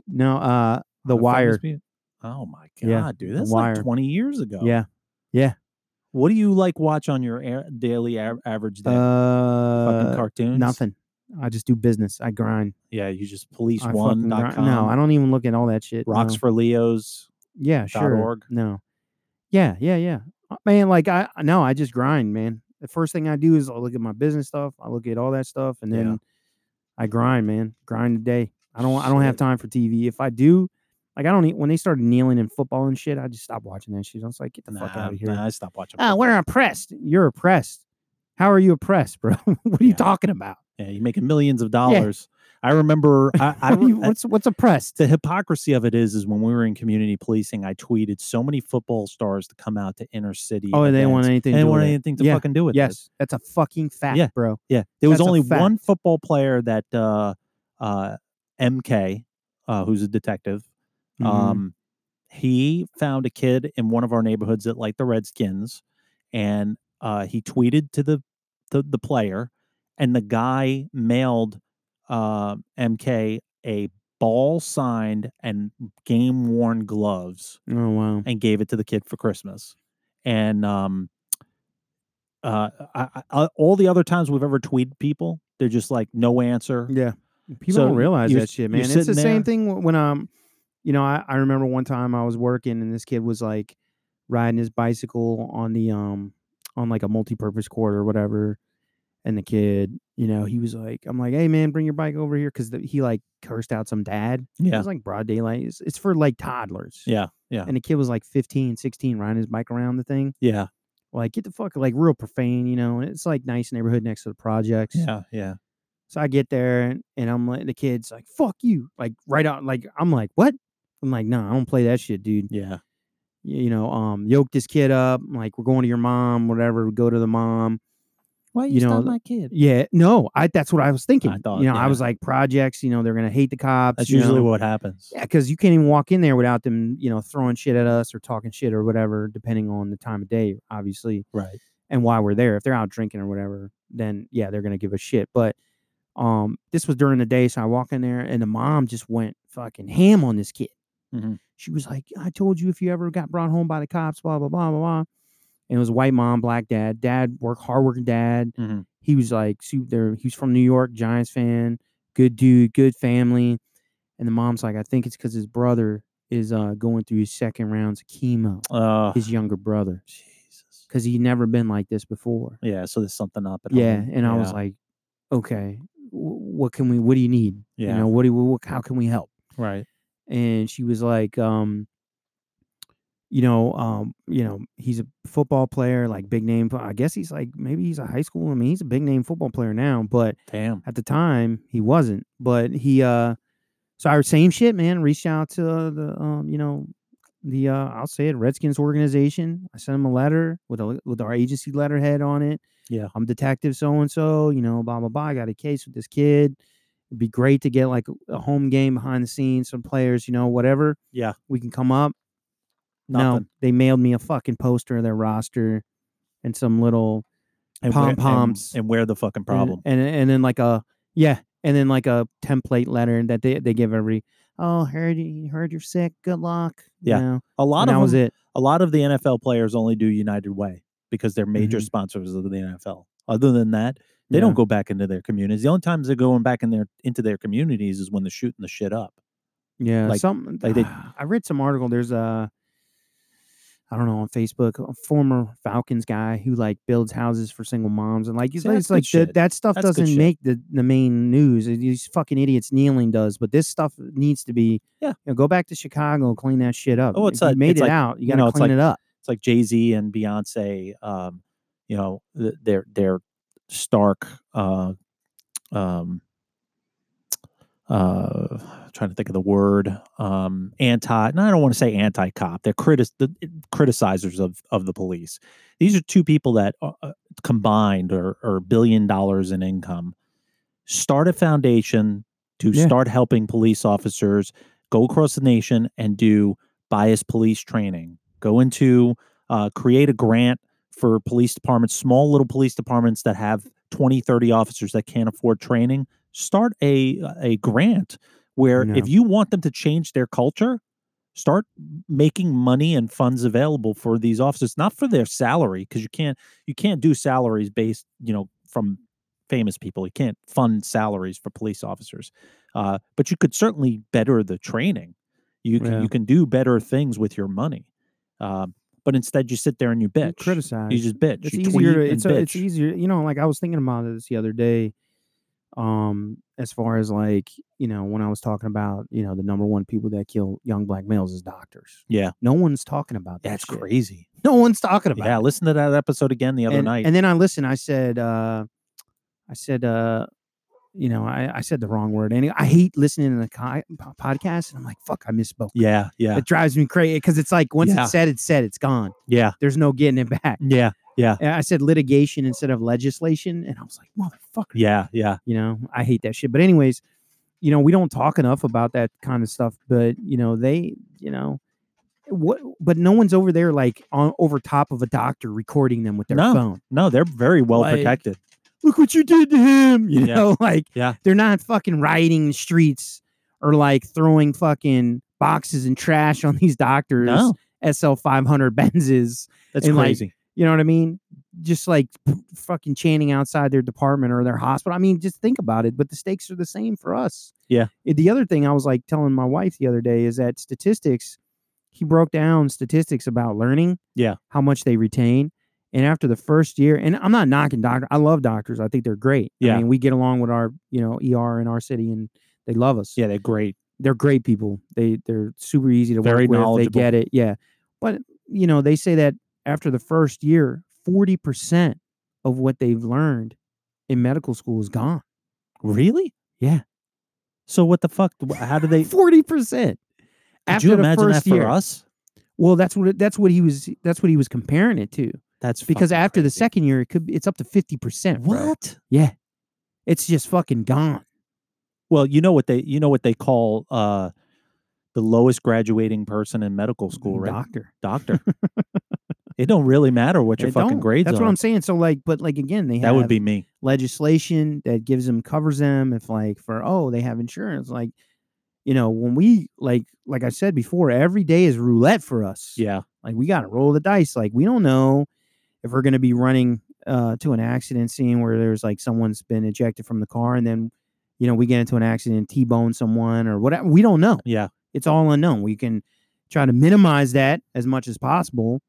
S10: no, uh, The
S4: How fun
S10: Wire.
S4: must be- Oh my god,
S10: Yeah,
S4: dude,
S10: The
S4: that's
S10: Wire.
S4: like twenty years ago.
S10: Yeah. Yeah.
S4: What do you like watch on your air, daily a- average day?
S10: Uh,
S4: Fucking cartoons.
S10: Nothing. I just do business. I grind.
S4: Yeah, you just police
S10: I fucking
S4: one.
S10: grind. No, I don't even look at all that shit. no.
S4: Rocks for Leos.
S10: Yeah,
S4: dot
S10: sure.
S4: org.
S10: No. Yeah, yeah, yeah. Uh, Man, like I no, I just grind, man. The first thing I do is I look at my business stuff. I look at all that stuff, and
S4: Yeah.
S10: then I grind, man. Grind the day. I don't. I don't have
S4: Shit.
S10: time for TV. If I do, like I don't. e- When they started kneeling in football and shit, I just stopped watching that shit. I was like, get the fuck
S4: Nah,
S10: out of here.
S4: nah, I stopped watching.
S10: Oh, we're oppressed. You're oppressed. How are you oppressed, bro? [laughs] what are you
S4: Yeah.
S10: talking about?
S4: Yeah, you're making [laughs] millions of dollars.
S10: [laughs]
S4: I remember. I, I,
S10: What are you-
S4: re-
S10: what's what's oppressed?
S4: the hypocrisy of it is, is when we were in community policing, I tweeted so many football stars to come out to inner city.
S10: Oh, they
S4: events.
S10: want anything. to
S4: They didn't
S10: do
S4: want
S10: with it.
S4: anything to
S10: Yeah,
S4: fucking do with
S10: Yes,
S4: this.
S10: that's a fucking fact,
S4: Yeah.
S10: bro.
S4: Yeah, there was
S10: That's a
S4: only one
S10: fact.
S4: football player that uh, uh, MK, uh, who's a detective.
S10: Mhm.
S4: Um, he found a kid in one of our neighborhoods that liked the Redskins, and uh, he tweeted to the the, the player, and the guy mailed uh, MK a ball signed and game worn gloves
S10: Oh wow.
S4: and gave it to the kid for Christmas. And um, uh, I, I- I, all the other times we've ever tweeted people, they're just like no answer.
S10: Yeah. People
S4: So
S10: don't realize
S4: you're
S10: that
S4: s-
S10: shit,
S4: you're
S10: man. It's the
S4: sitting there-
S10: same thing wh- when um, you know, I, I remember one time I was working and this kid was like riding his bicycle on the um on like a multi-purpose court or whatever. And the kid, you know, he was like, I'm like, hey man, bring your bike over here. Cause the, he like cursed out some dad. It
S4: Yeah,
S10: was like broad daylight. It's, it's for like toddlers.
S4: yeah, yeah,
S10: And the kid was like 15, 16 riding his bike around the thing.
S4: yeah,
S10: Like, get the fuck, like real profane, you know, and it's like nice neighborhood next to the projects.
S4: yeah, yeah.
S10: So I get there and, and I'm like, the kid's like, fuck you. Like, right out. Like, I'm like, what? I'm like, no, I don't play that shit, dude.
S4: Yeah.
S10: You, you know, um, yoke this kid up. I'm like, we're going to your mom, whatever. We go to the mom.
S4: Why
S10: You know,
S4: stop
S10: the-
S4: kid?
S10: Yeah. No, I, that's what I was thinking.
S4: thought,
S10: you know,
S4: yeah.
S10: I was like, projects, you know, they're going to hate the cops.
S4: That's
S10: you
S4: usually
S10: know.
S4: what happens.
S10: Yeah, because you can't even walk in there without them, you know, throwing shit at us or talking shit or whatever, depending on the time of day, obviously
S4: Right.
S10: and why we're there. If they're out drinking or whatever, then yeah, they're gonna give a shit. But um, this was during the day, so I walk in there, and the mom just went fucking ham on this kid.
S4: Mhm.
S10: She was like, "I told you if you ever got brought home by the cops, blah blah blah blah blah." And it was a white mom, black dad. Dad work hard working dad.
S4: Mhm.
S10: He was like super. He was from New York, Giants fan, good dude, good family. And the mom's like, "I think it's because his brother is uh, going through his second rounds of chemo.
S4: Uh,
S10: His younger brother,
S4: Jesus.
S10: because he never been like this before."
S4: Yeah. So there's something up. At
S10: yeah
S4: home.
S10: and i was
S4: Yeah,
S10: like okay wh- what can we what do you need
S4: Yeah.
S10: you know what do you, what, how can we help
S4: right.
S10: and she was like um you know um you know he's a football player like big name i guess he's like maybe he's a high school i mean he's a big name football player now but
S4: Damn.
S10: at the time he wasn't but he uh so i same shit man reached out to the um you know the uh i'll say it redskins organization i sent him a letter with a with our agency letterhead on it
S4: Yeah.
S10: i'm detective so and so you know blah blah blah i got a case with this kid it'd be great to get like a home game behind the scenes some players you know whatever
S4: Yeah.
S10: we can come up
S4: Nothing.
S10: no they mailed me a fucking poster of their roster and some little
S4: And where- and-
S10: pom-poms.
S4: And, where the fucking
S10: and-
S4: problem?
S10: And, and then like a yeah, and then like a template letter that they, they give every. Oh, heard you heard you're sick. Good luck. you
S4: Yeah.
S10: know,
S4: a lot
S10: and
S4: of
S10: that was
S4: them-
S10: it.
S4: a lot of the NFL players only do United Way because they're major
S10: Mhm.
S4: sponsors of the NFL. Other than that, they don't
S10: Yeah.
S4: go back into their communities. The only times they're going back in their into their communities is when they're shooting the shit up.
S10: Yeah,
S4: like-
S10: some
S4: like they-
S10: [sighs] I read some article. There's a I don't know on Facebook a former Falcons guy who like builds houses for single moms and like it's,
S4: See, that's
S10: it's like the,
S4: good shit.
S10: that stuff
S4: That's good
S10: doesn't
S4: shit.
S10: make the, the main news. It- These fucking idiots kneeling does, but this stuff needs to be
S4: Yeah.
S10: You know, go back to Chicago, clean that shit up.
S4: Oh, it's
S10: if you
S4: like-
S10: made
S4: it's
S10: it
S4: like-
S10: out. You
S4: you
S10: got to
S4: know, it's
S10: clean
S4: like-
S10: it up.
S4: It's like Jay Z and Beyonce. Um, you know, th- their their stark. Uh, um, uh, trying to think of the word. Um, anti. No, I don't want to say anti cop. They're critic the eh, criticizers of of the police. These are two people that uh, uh, combined are, are billion dollars in income. Start a foundation to
S10: Yeah.
S4: start helping police officers go across the nation and do biased police training. Go into uh, create a grant for police departments, small little police departments that have 20, 30 officers that can't afford training. Start a a grant where
S10: No.
S4: if you want them to change their culture, start making money and funds available for these officers not for their salary because you can't you can't do salaries based you know from famous people you can't fund salaries for police officers uh, but you could certainly better the training you can
S10: Yeah.
S4: you can do better things with your money um, but instead you sit there and you bitch
S10: criticize.
S4: you just bitch
S10: It's
S4: you tweet
S10: easier.
S4: and
S10: It's, a,
S4: bitch.
S10: it's easier. You know, like I was thinking about this the other day. Um, as far as like you know, when I was talking about you know the number one people that kill young black males is doctors.
S4: yeah
S10: No one's talking about that.
S4: that's
S10: shit.
S4: crazy
S10: No one's talking about.
S4: yeah
S10: it.
S4: listen to that episode again the other
S10: and,
S4: night
S10: and then I listened. I said, uh, I said, uh, you know, I, I said the wrong word. And I hate listening to the co- po- podcast, and I'm like, fuck, I misspoke.
S4: yeah yeah
S10: It drives me crazy because it's like once
S4: Yeah.
S10: it's said, it's said, it's gone.
S4: yeah
S10: There's no getting it back.
S4: yeah yeah
S10: And I said litigation instead of legislation, and I was like, motherfucker.
S4: yeah yeah
S10: You know, I hate that shit. But anyways, you know, we don't talk enough about that kind of stuff. But you know, they, you know, what? But no one's over there like on over top of a doctor recording them with their
S4: No.
S10: phone.
S4: no they're very well
S10: Like-
S4: protected
S10: Look what you did to him. [laughs] You
S4: Yeah.
S10: know, like
S4: Yeah.
S10: they're not fucking rioting the streets or like throwing fucking boxes and trash on these doctors.
S4: no
S10: SL five hundred Benzes.
S4: that's
S10: And, like,
S4: crazy
S10: You know what I mean? Just like p- fucking chanting outside their department or their hospital. I mean, just think about it. But the stakes are the same for us.
S4: Yeah.
S10: Uh, The other thing I was like telling my wife the other day is that statistics, he broke down statistics about learning.
S4: Yeah.
S10: How much they retain. And after the first year, and I'm not knocking doctors. I love doctors. I think they're great.
S4: Yeah.
S10: I mean, we get along with our, you know, ER in our city and they love us
S4: yeah they're great
S10: they're great people. They they're super easy to
S4: Very
S10: work with. They
S4: knowledgeable.
S10: get it. Yeah. But you know, they say that after the first year, 40% of what they've learned in medical school is gone.
S4: Really?
S10: Yeah.
S4: So what the fuck? wh- How [laughs] do they?
S10: 40%.
S4: could
S10: After
S4: you
S10: the
S4: imagine that
S10: first
S4: for
S10: year.
S4: us?
S10: Well, that's what it- that's what he was that's what he was comparing it to.
S4: That's
S10: Because
S4: fucking
S10: after the
S4: crazy.
S10: second year, it could be- it's up to 50%. bro.
S4: What?
S10: Yeah. It's just fucking gone.
S4: Well, you know what they you know what they call uh the lowest graduating person in medical school, right?
S10: Doctor. [laughs]
S4: Doctor. it don't really matter what your
S10: They
S4: fucking
S10: don't.
S4: grades
S10: That's
S4: are.
S10: what I'm saying. So like, but like again, they
S4: that
S10: have
S4: would be me.
S10: legislation that gives them covers them if like for oh they have insurance like you know when we like like i said before every day is roulette for us
S4: Yeah.
S10: like we gotta roll the dice like we don't know if we're gonna be running uh to an accident scene where there's like someone's been ejected from the car and then you know we get into an accident t-bone someone or whatever we don't know
S4: Yeah.
S10: it's all unknown we can try to minimize that as much as possible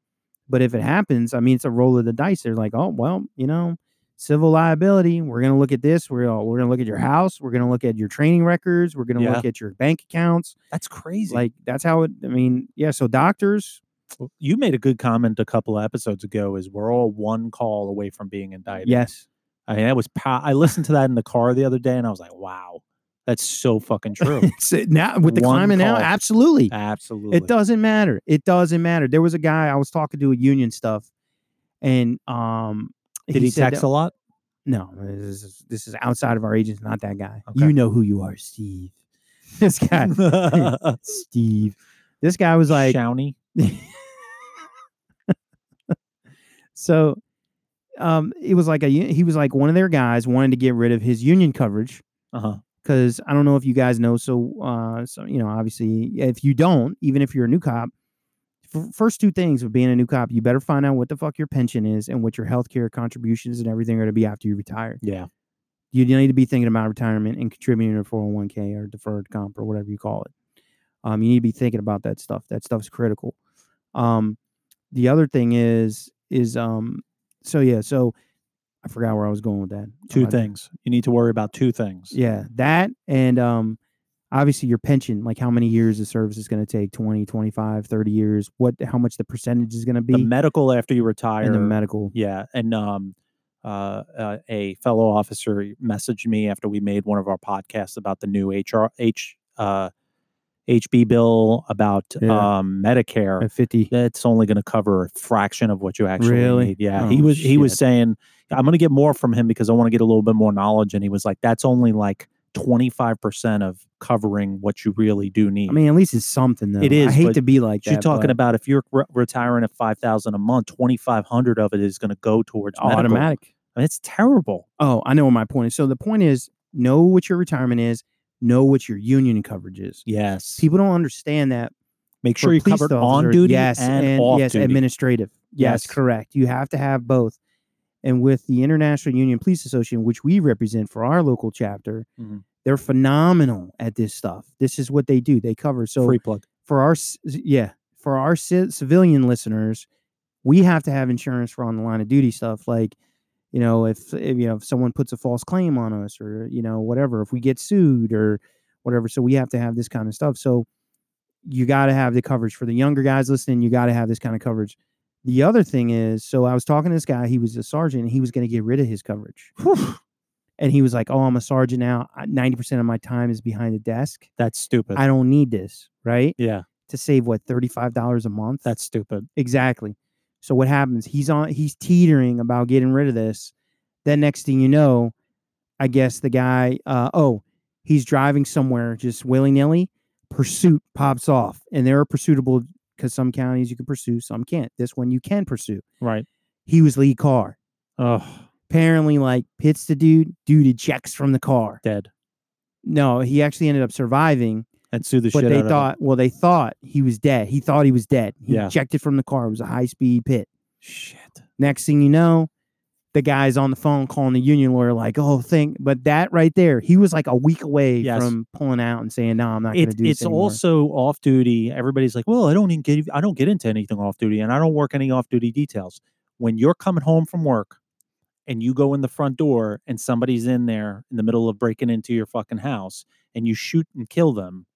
S10: but if it happens i mean it's a roll of the dice they're like oh well you know civil liability. We're going to look at this. We're gonna, we're going to look at your house. We're going to look at your training records. We're going to
S4: Yeah.
S10: look at your bank accounts.
S4: That's crazy. Like
S10: Like that's how it. I mean, yeah. So doctors,
S4: you made a good comment a couple of episodes ago is we're all one call away from being indicted.
S10: yes,
S4: I mean that was pow- I listened to that in the car the other day and I was like, wow, that's
S10: [laughs]
S4: so fucking true.
S10: So uh, now with the
S4: One
S10: climate now,
S4: call.
S10: absolutely.
S4: Absolutely.
S10: It doesn't matter. It doesn't matter. There was a guy I was talking to at union stuff, and um,
S4: Did he,
S10: said
S4: text
S10: that-
S4: a lot?
S10: No, this is this is outside of our agents. Not that guy.
S4: Okay.
S10: You know who you are, Steve. [laughs] This guy, Steve. This guy was like,
S4: Shouty.
S10: [laughs] so um it was like a u- he was like one of their guys wanted to get rid of his union coverage
S4: Uh-huh.
S10: because i don't know if you guys know so uh so you know obviously if you don't even if you're a new cop f- first two things of being a new cop you better find out what the fuck your pension is and what your health care contributions and everything are to be after you retire
S4: Yeah.
S10: you need to be thinking about retirement and contributing to 401k or deferred comp or whatever you call it um you need to be thinking about that stuff that stuff's critical um the other thing is is um so yeah so i forgot where i was going with that
S4: two
S10: About that.
S4: things. You need to worry about two things.
S10: yeah that and um obviously your pension like how many years of service is going to take 20 25 30 years what how much the percentage is going to be
S4: the medical after you retire.
S10: and the medical
S4: yeah, and um, uh, uh, a fellow officer messaged me after we made one of our podcasts about the new HR H uh, HB bill about
S10: Yeah.
S4: um, Medicare.
S10: at 50
S4: that's only going to cover a fraction of what you actually
S10: Really?
S4: need. Yeah, he
S10: Oh,
S4: was he was
S10: shit.
S4: saying I'm going to get more from him because I want to get a little bit more knowledge, and he was like, "That's only like 25 percent of covering what you really do need."
S10: i mean at least it's something though
S4: It
S10: i
S4: is,
S10: hate
S4: but
S10: to be like that,
S4: you're talking
S10: but
S4: about if you're re- retiring at five thousand a month, twenty five hundred of it is going to go towards
S10: oh,
S4: medical.
S10: automatic
S4: I mean, it's terrible.
S10: oh i know what my point is so the point is know what your retirement is know what your union coverage is
S4: Yes,
S10: people don't understand that
S4: Make sure
S10: for
S4: you
S10: police
S4: covered
S10: officers,
S4: on duty
S10: yes,
S4: and, off
S10: yes,
S4: duty.
S10: administrative. Yes.
S4: Yes.
S10: correct. You have to have both. And with the International Union Police Association, which we represent for our local chapter,
S4: Mhm.
S10: they're phenomenal at this stuff. This is what they do. They cover so
S4: Free plug.
S10: for our c- yeah for our ci- civilian listeners we have to have insurance for on the line of duty stuff like you know if, if you know if someone puts a false claim on us or you know whatever if we get sued or whatever so we have to have this kind of stuff so you got to have the coverage for the younger guys listening you got to have this kind of coverage the other thing is so i was talking to this guy he was a sergeant and he was going to get rid of his coverage and he was like oh i'm a sergeant now I- 90% of my time is behind the desk
S4: That's stupid.
S10: i don't need this right
S4: yeah,
S10: to save what $35 a month
S4: that's stupid.
S10: exactly so what happens he's on he's teetering about getting rid of this then next thing you know i guess the guy uh, oh he's driving somewhere just willy-nilly pursuit pops off and there are pursuitable because some counties you can pursue some can't this one you can pursue
S4: Right.
S10: he was lead car
S4: Oh,
S10: apparently like hits the dude dude ejects from the car
S4: dead.
S10: no he actually ended up surviving
S4: And sue the
S10: but
S4: shit
S10: they
S4: out of
S10: thought well they thought he was dead he thought he was dead he
S4: Yeah.
S10: ejected from the car it was a high-speed pit
S4: it. Shit.
S10: next thing you know the guy's on the phone calling the union lawyer like oh thing but that right there he was like a week away
S4: Yes.
S10: from pulling out and saying no i'm not going
S4: It's
S10: to do this
S4: it's also off duty. Everybody's like, well, I don't even get I don't get into anything off duty, and I don't work any off duty details. When you're coming home from work, and you go in the front door, and somebody's in there in the middle of breaking into your fucking house, and you shoot and kill them,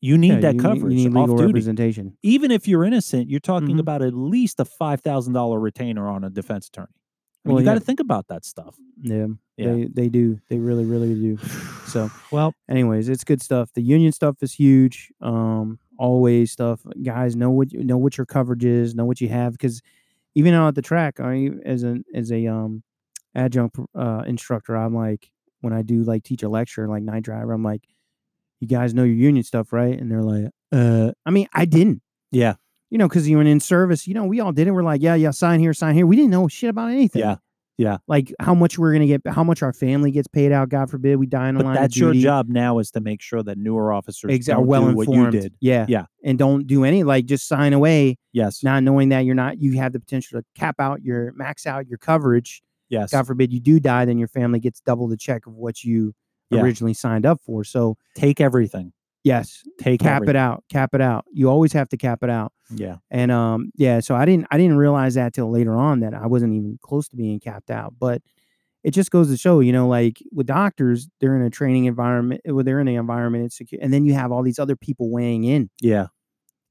S4: you need
S10: Yeah,
S4: that
S10: you
S4: coverage
S10: you need
S4: off
S10: legal
S4: duty.
S10: representation
S4: Even if you're innocent, you're talking
S10: Mhm.
S4: about at least a five thousand dollar retainer on a defense attorney. I mean,
S10: Well,
S4: you got to
S10: yeah.
S4: think about that stuff.
S10: yeah,
S4: Yeah.
S10: they they do they really really
S4: [sighs]
S10: do so
S4: Well,
S10: anyways, it's good stuff. The union stuff is huge. Um, always stuff. Guys, know what you know what your coverage is, know what you have, because even out at the track, I as an as a um adjunct uh, instructor, I'm like when I do like teach a lecture like night driver, I'm like, you guys know your union stuff, right? And they're like, uh, I mean, I didn't.
S4: Yeah.
S10: You know, because you were in service, you know, we all did it. We're like, yeah, yeah, sign here, sign here. We didn't know shit about anything.
S4: yeah,
S10: Like how much we're gonna get, how much our family gets paid out. God forbid we die in a
S4: but
S10: line of
S4: that's your
S10: duty
S4: job now is to make sure that newer officers
S10: exactly
S4: don't
S10: well
S4: do what
S10: informed
S4: you did.
S10: yeah
S4: Yeah.
S10: and don't do any like just sign away
S4: Yes,
S10: not knowing that you're not you have the potential to cap out your max out your coverage
S4: yes,
S10: god forbid you do die then your family gets double the check of what you
S4: Yeah.
S10: originally signed up for so
S4: take everything.
S10: yes
S4: Take
S10: cap
S4: everything.
S10: it out cap it out you always have to cap it out
S4: Yeah,
S10: and um yeah so i didn't i didn't realize that till later on that i wasn't even close to being capped out but it just goes to show you know like with doctors they're in a training environment eh, well, they're in an environment it's secure and then you have all these other people weighing in
S4: yeah,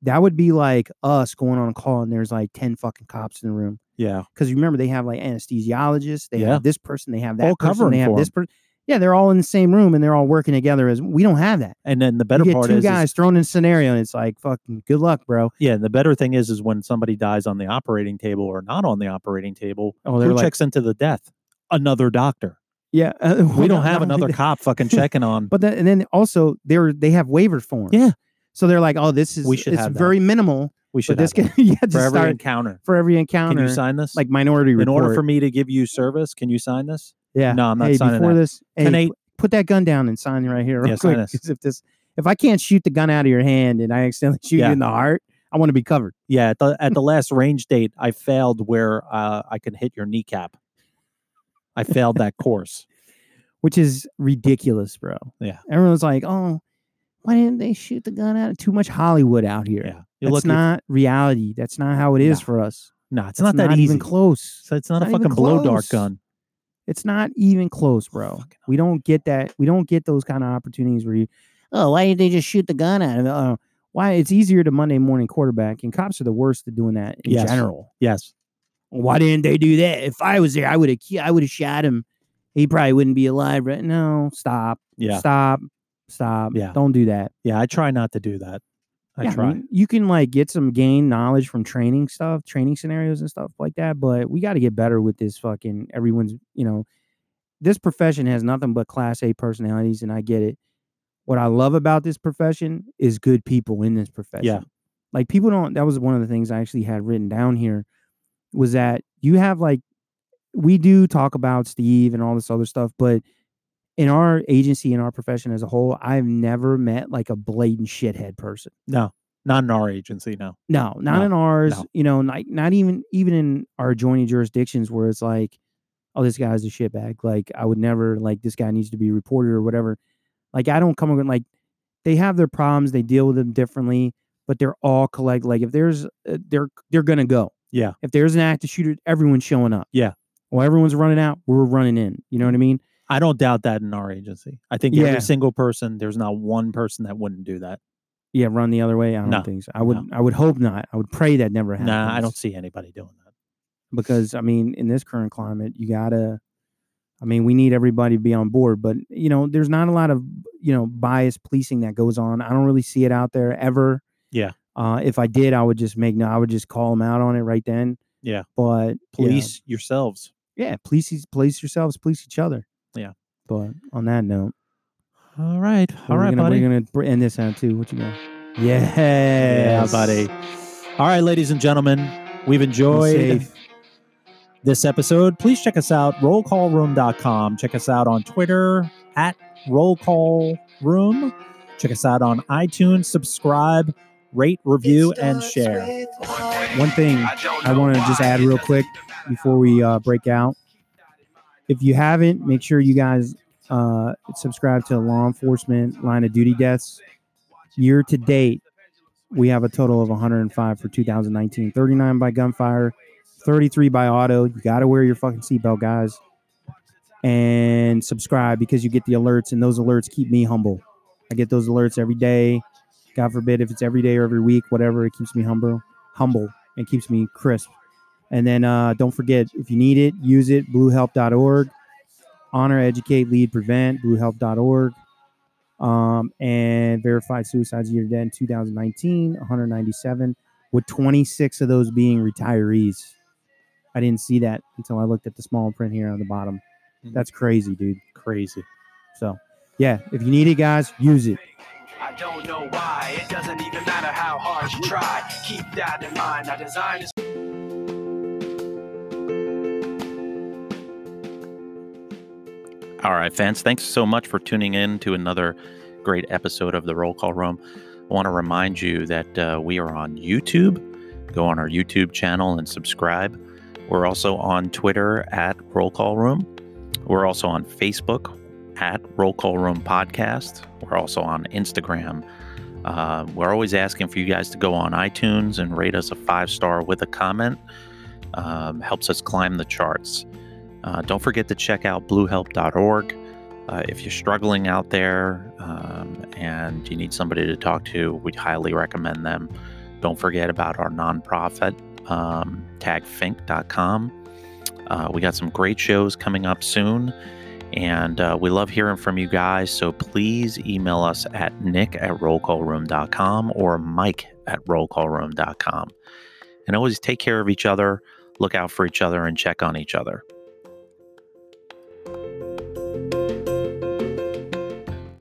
S10: that would be like us going on a call and there's like 10 fucking cops in the room
S4: yeah.
S10: because remember they have like anesthesiologists they
S4: Yeah.
S10: have this person they have that
S4: All
S10: person
S4: covering
S10: they have
S4: for
S10: this person yeah they're all in the same room and they're all working together as we don't have that
S4: And then the
S10: you
S4: better
S10: get
S4: part
S10: two
S4: is, is-
S10: guys thrown in a scenario and it's like fucking good luck bro
S4: yeah, the better thing is, is when somebody dies on the operating table or not on the operating table,
S10: oh they're
S4: who
S10: like
S4: checks into the death?
S10: [laughs]
S4: Another doctor.
S10: yeah uh,
S4: We don't
S10: not- not
S4: have
S10: only [laughs]
S4: another
S10: that-
S4: cop fucking
S10: [laughs]
S4: checking on.
S10: but then and then also they're they have waiver forms
S4: Um, Yeah.
S10: so they're like oh this is
S4: We should
S10: it's
S4: have that.
S10: very minimal
S4: We
S10: but
S4: should
S10: this
S4: have
S10: can [laughs] you have
S4: that. for
S10: to
S4: every
S10: start
S4: encounter.
S10: for every encounter
S4: Can you sign this?
S10: like minority
S4: in
S10: report
S4: order for me to give you service, can you sign this?
S10: yeah
S4: No, I'm not
S10: hey,
S4: signing
S10: before
S4: that.
S10: this hey,
S4: Can I?
S10: put that gun down and sign right here [laughs] real
S4: Yeah, sign
S10: quick.
S4: us.
S10: 'cause if this, if I can't shoot the gun out of your hand and I accidentally [laughs] shoot
S4: Yeah.
S10: you in the heart, I want to be covered.
S4: Yeah, at the,
S10: [laughs]
S4: at the last range date, I failed where uh, I could hit your kneecap. I failed that course.
S10: Which is ridiculous, bro.
S4: Yeah.
S10: Everyone's like, oh, why didn't they shoot the gun out? Too much Hollywood out here.
S4: Yeah,
S10: That's
S4: lucky-
S10: not reality. That's not how it is for us.
S4: Nah, it's
S10: That's
S4: not that easy.
S10: even close.
S4: So it's not,
S10: Not
S4: a
S10: even
S4: fucking blow dart
S10: close.
S4: gun.
S10: It's not even close, bro.
S4: Fucking
S10: We don't get that. We don't get those kind of opportunities where you, oh, why did they just shoot the gun out of? Uh, why it's easier to Monday morning quarterback, and cops are the worst at doing that in
S4: Yes.
S10: general.
S4: Yes.
S10: why didn't they do that? If I was there, I would have I would have shot him. He probably wouldn't be alive right now. Stop.
S4: Yeah.
S10: Stop. Stop.
S4: Yeah.
S10: Don't do that.
S4: Yeah, I try not to do that. I
S10: Yeah,
S4: try.
S10: mean, you can like get some gain knowledge from training stuff, training scenarios and stuff like that, but we got to get better with this fucking everyone's, you know, this profession has nothing but class A personalities and I get it. What I love about this profession is good people in this profession. Like people don't that was one of the things I actually had written down here was that you have like we do talk about Steve and all this other stuff, but in our agency, in our profession as a whole, I've never met like a blatant shithead person.
S4: No.
S14: Not in our agency, no.
S10: No, not
S14: No,
S10: in ours.
S14: no.
S10: You know, not, not even even in our adjoining jurisdictions where it's like, oh, this guy's a shitbag. Like, I would never like this guy needs to be reported or whatever. Like, I don't come up with like they have their problems. They deal with them differently, but they're all collect. Like, if there's uh, they're they're gonna go.
S14: Yeah.
S10: If there's an active shooter, everyone's showing up.
S14: Yeah.
S10: Well, everyone's running out. We're running in. You know what I mean?
S14: I don't doubt that in our agency. I think
S10: Yeah.
S14: every single person, there's not one person that wouldn't do that.
S10: Yeah, run the other way. I don't
S14: No,
S10: think so. I would. I would hope not. I would pray that never happens.
S14: Nah, I don't see anybody doing that.
S10: because I mean, in this current climate, you gotta. I mean, we need everybody to be on board, but you know, there's not a lot of you know bias policing that goes on. I don't really see it out there ever.
S14: Yeah.
S10: Uh, if I did, I would just make no. I would just call them out on it right then.
S14: Yeah.
S10: But yeah,
S14: Police yourselves.
S10: yeah, police, each- police yourselves, police each other.
S14: Yeah.
S10: But on that note,
S14: All right. All
S10: we're
S14: right,
S10: gonna,
S14: buddy.
S10: We're gonna br- end this out too. What you got? Yeah,
S14: Yeah, buddy. All right, ladies and gentlemen, we've enjoyed
S10: safe.
S14: this episode. Please check us out, rollcallroom.com. Check us out on Twitter at rollcallroom. Check us out on iTunes. Subscribe, rate, review, and share.
S10: One thing I want to just add real quick before we uh, break out. If you haven't, make sure you guys uh, subscribe to Law Enforcement Line of Duty Deaths. Year to date, we have a total of 105 for 2019 39 by gunfire, 33 by auto. You got to wear your fucking seatbelt, guys. And subscribe because you get the alerts, and those alerts keep me humble. I get those alerts every day. God forbid if it's every day or every week, whatever, it keeps me humble humble and keeps me crisp. And then uh, don't forget, if you need it, use it. Bluehelp.org. Honor, educate, lead, prevent. Bluehelp.org. Um, and verified suicides year to date in 2019, 197, with 26 of those being retirees. I didn't see that until I looked at the small print here on the bottom. That's crazy, dude.
S14: Crazy.
S10: So, yeah, if you need it, guys, use it.
S8: I don't know why. It doesn't even matter how hard you try. Keep that in mind. I designed this.
S4: All right, fans, thanks so much for tuning in to another great episode of the Roll Call Room. I want to remind you that uh, we are on YouTube. Go on our YouTube channel and subscribe. We're also on Twitter at Roll Call Room. We're also on Facebook at Roll Call Room Podcast. We're also on Instagram. Uh, we're always asking for you guys to go on iTunes and rate us a five star with a comment. Um, helps us climb the charts. Uh, don't forget to check out bluehelp.org. Uh, if you're struggling out there um, and you need somebody to talk to, we highly recommend them. Don't forget about our nonprofit, um, tagfink.com. Uh, we got some great shows coming up soon, and uh, we love hearing from you guys. So please email us at nick at rollcallroom.com or mike at rollcallroom.com. And always take care of each other, look out for each other, and check on each other.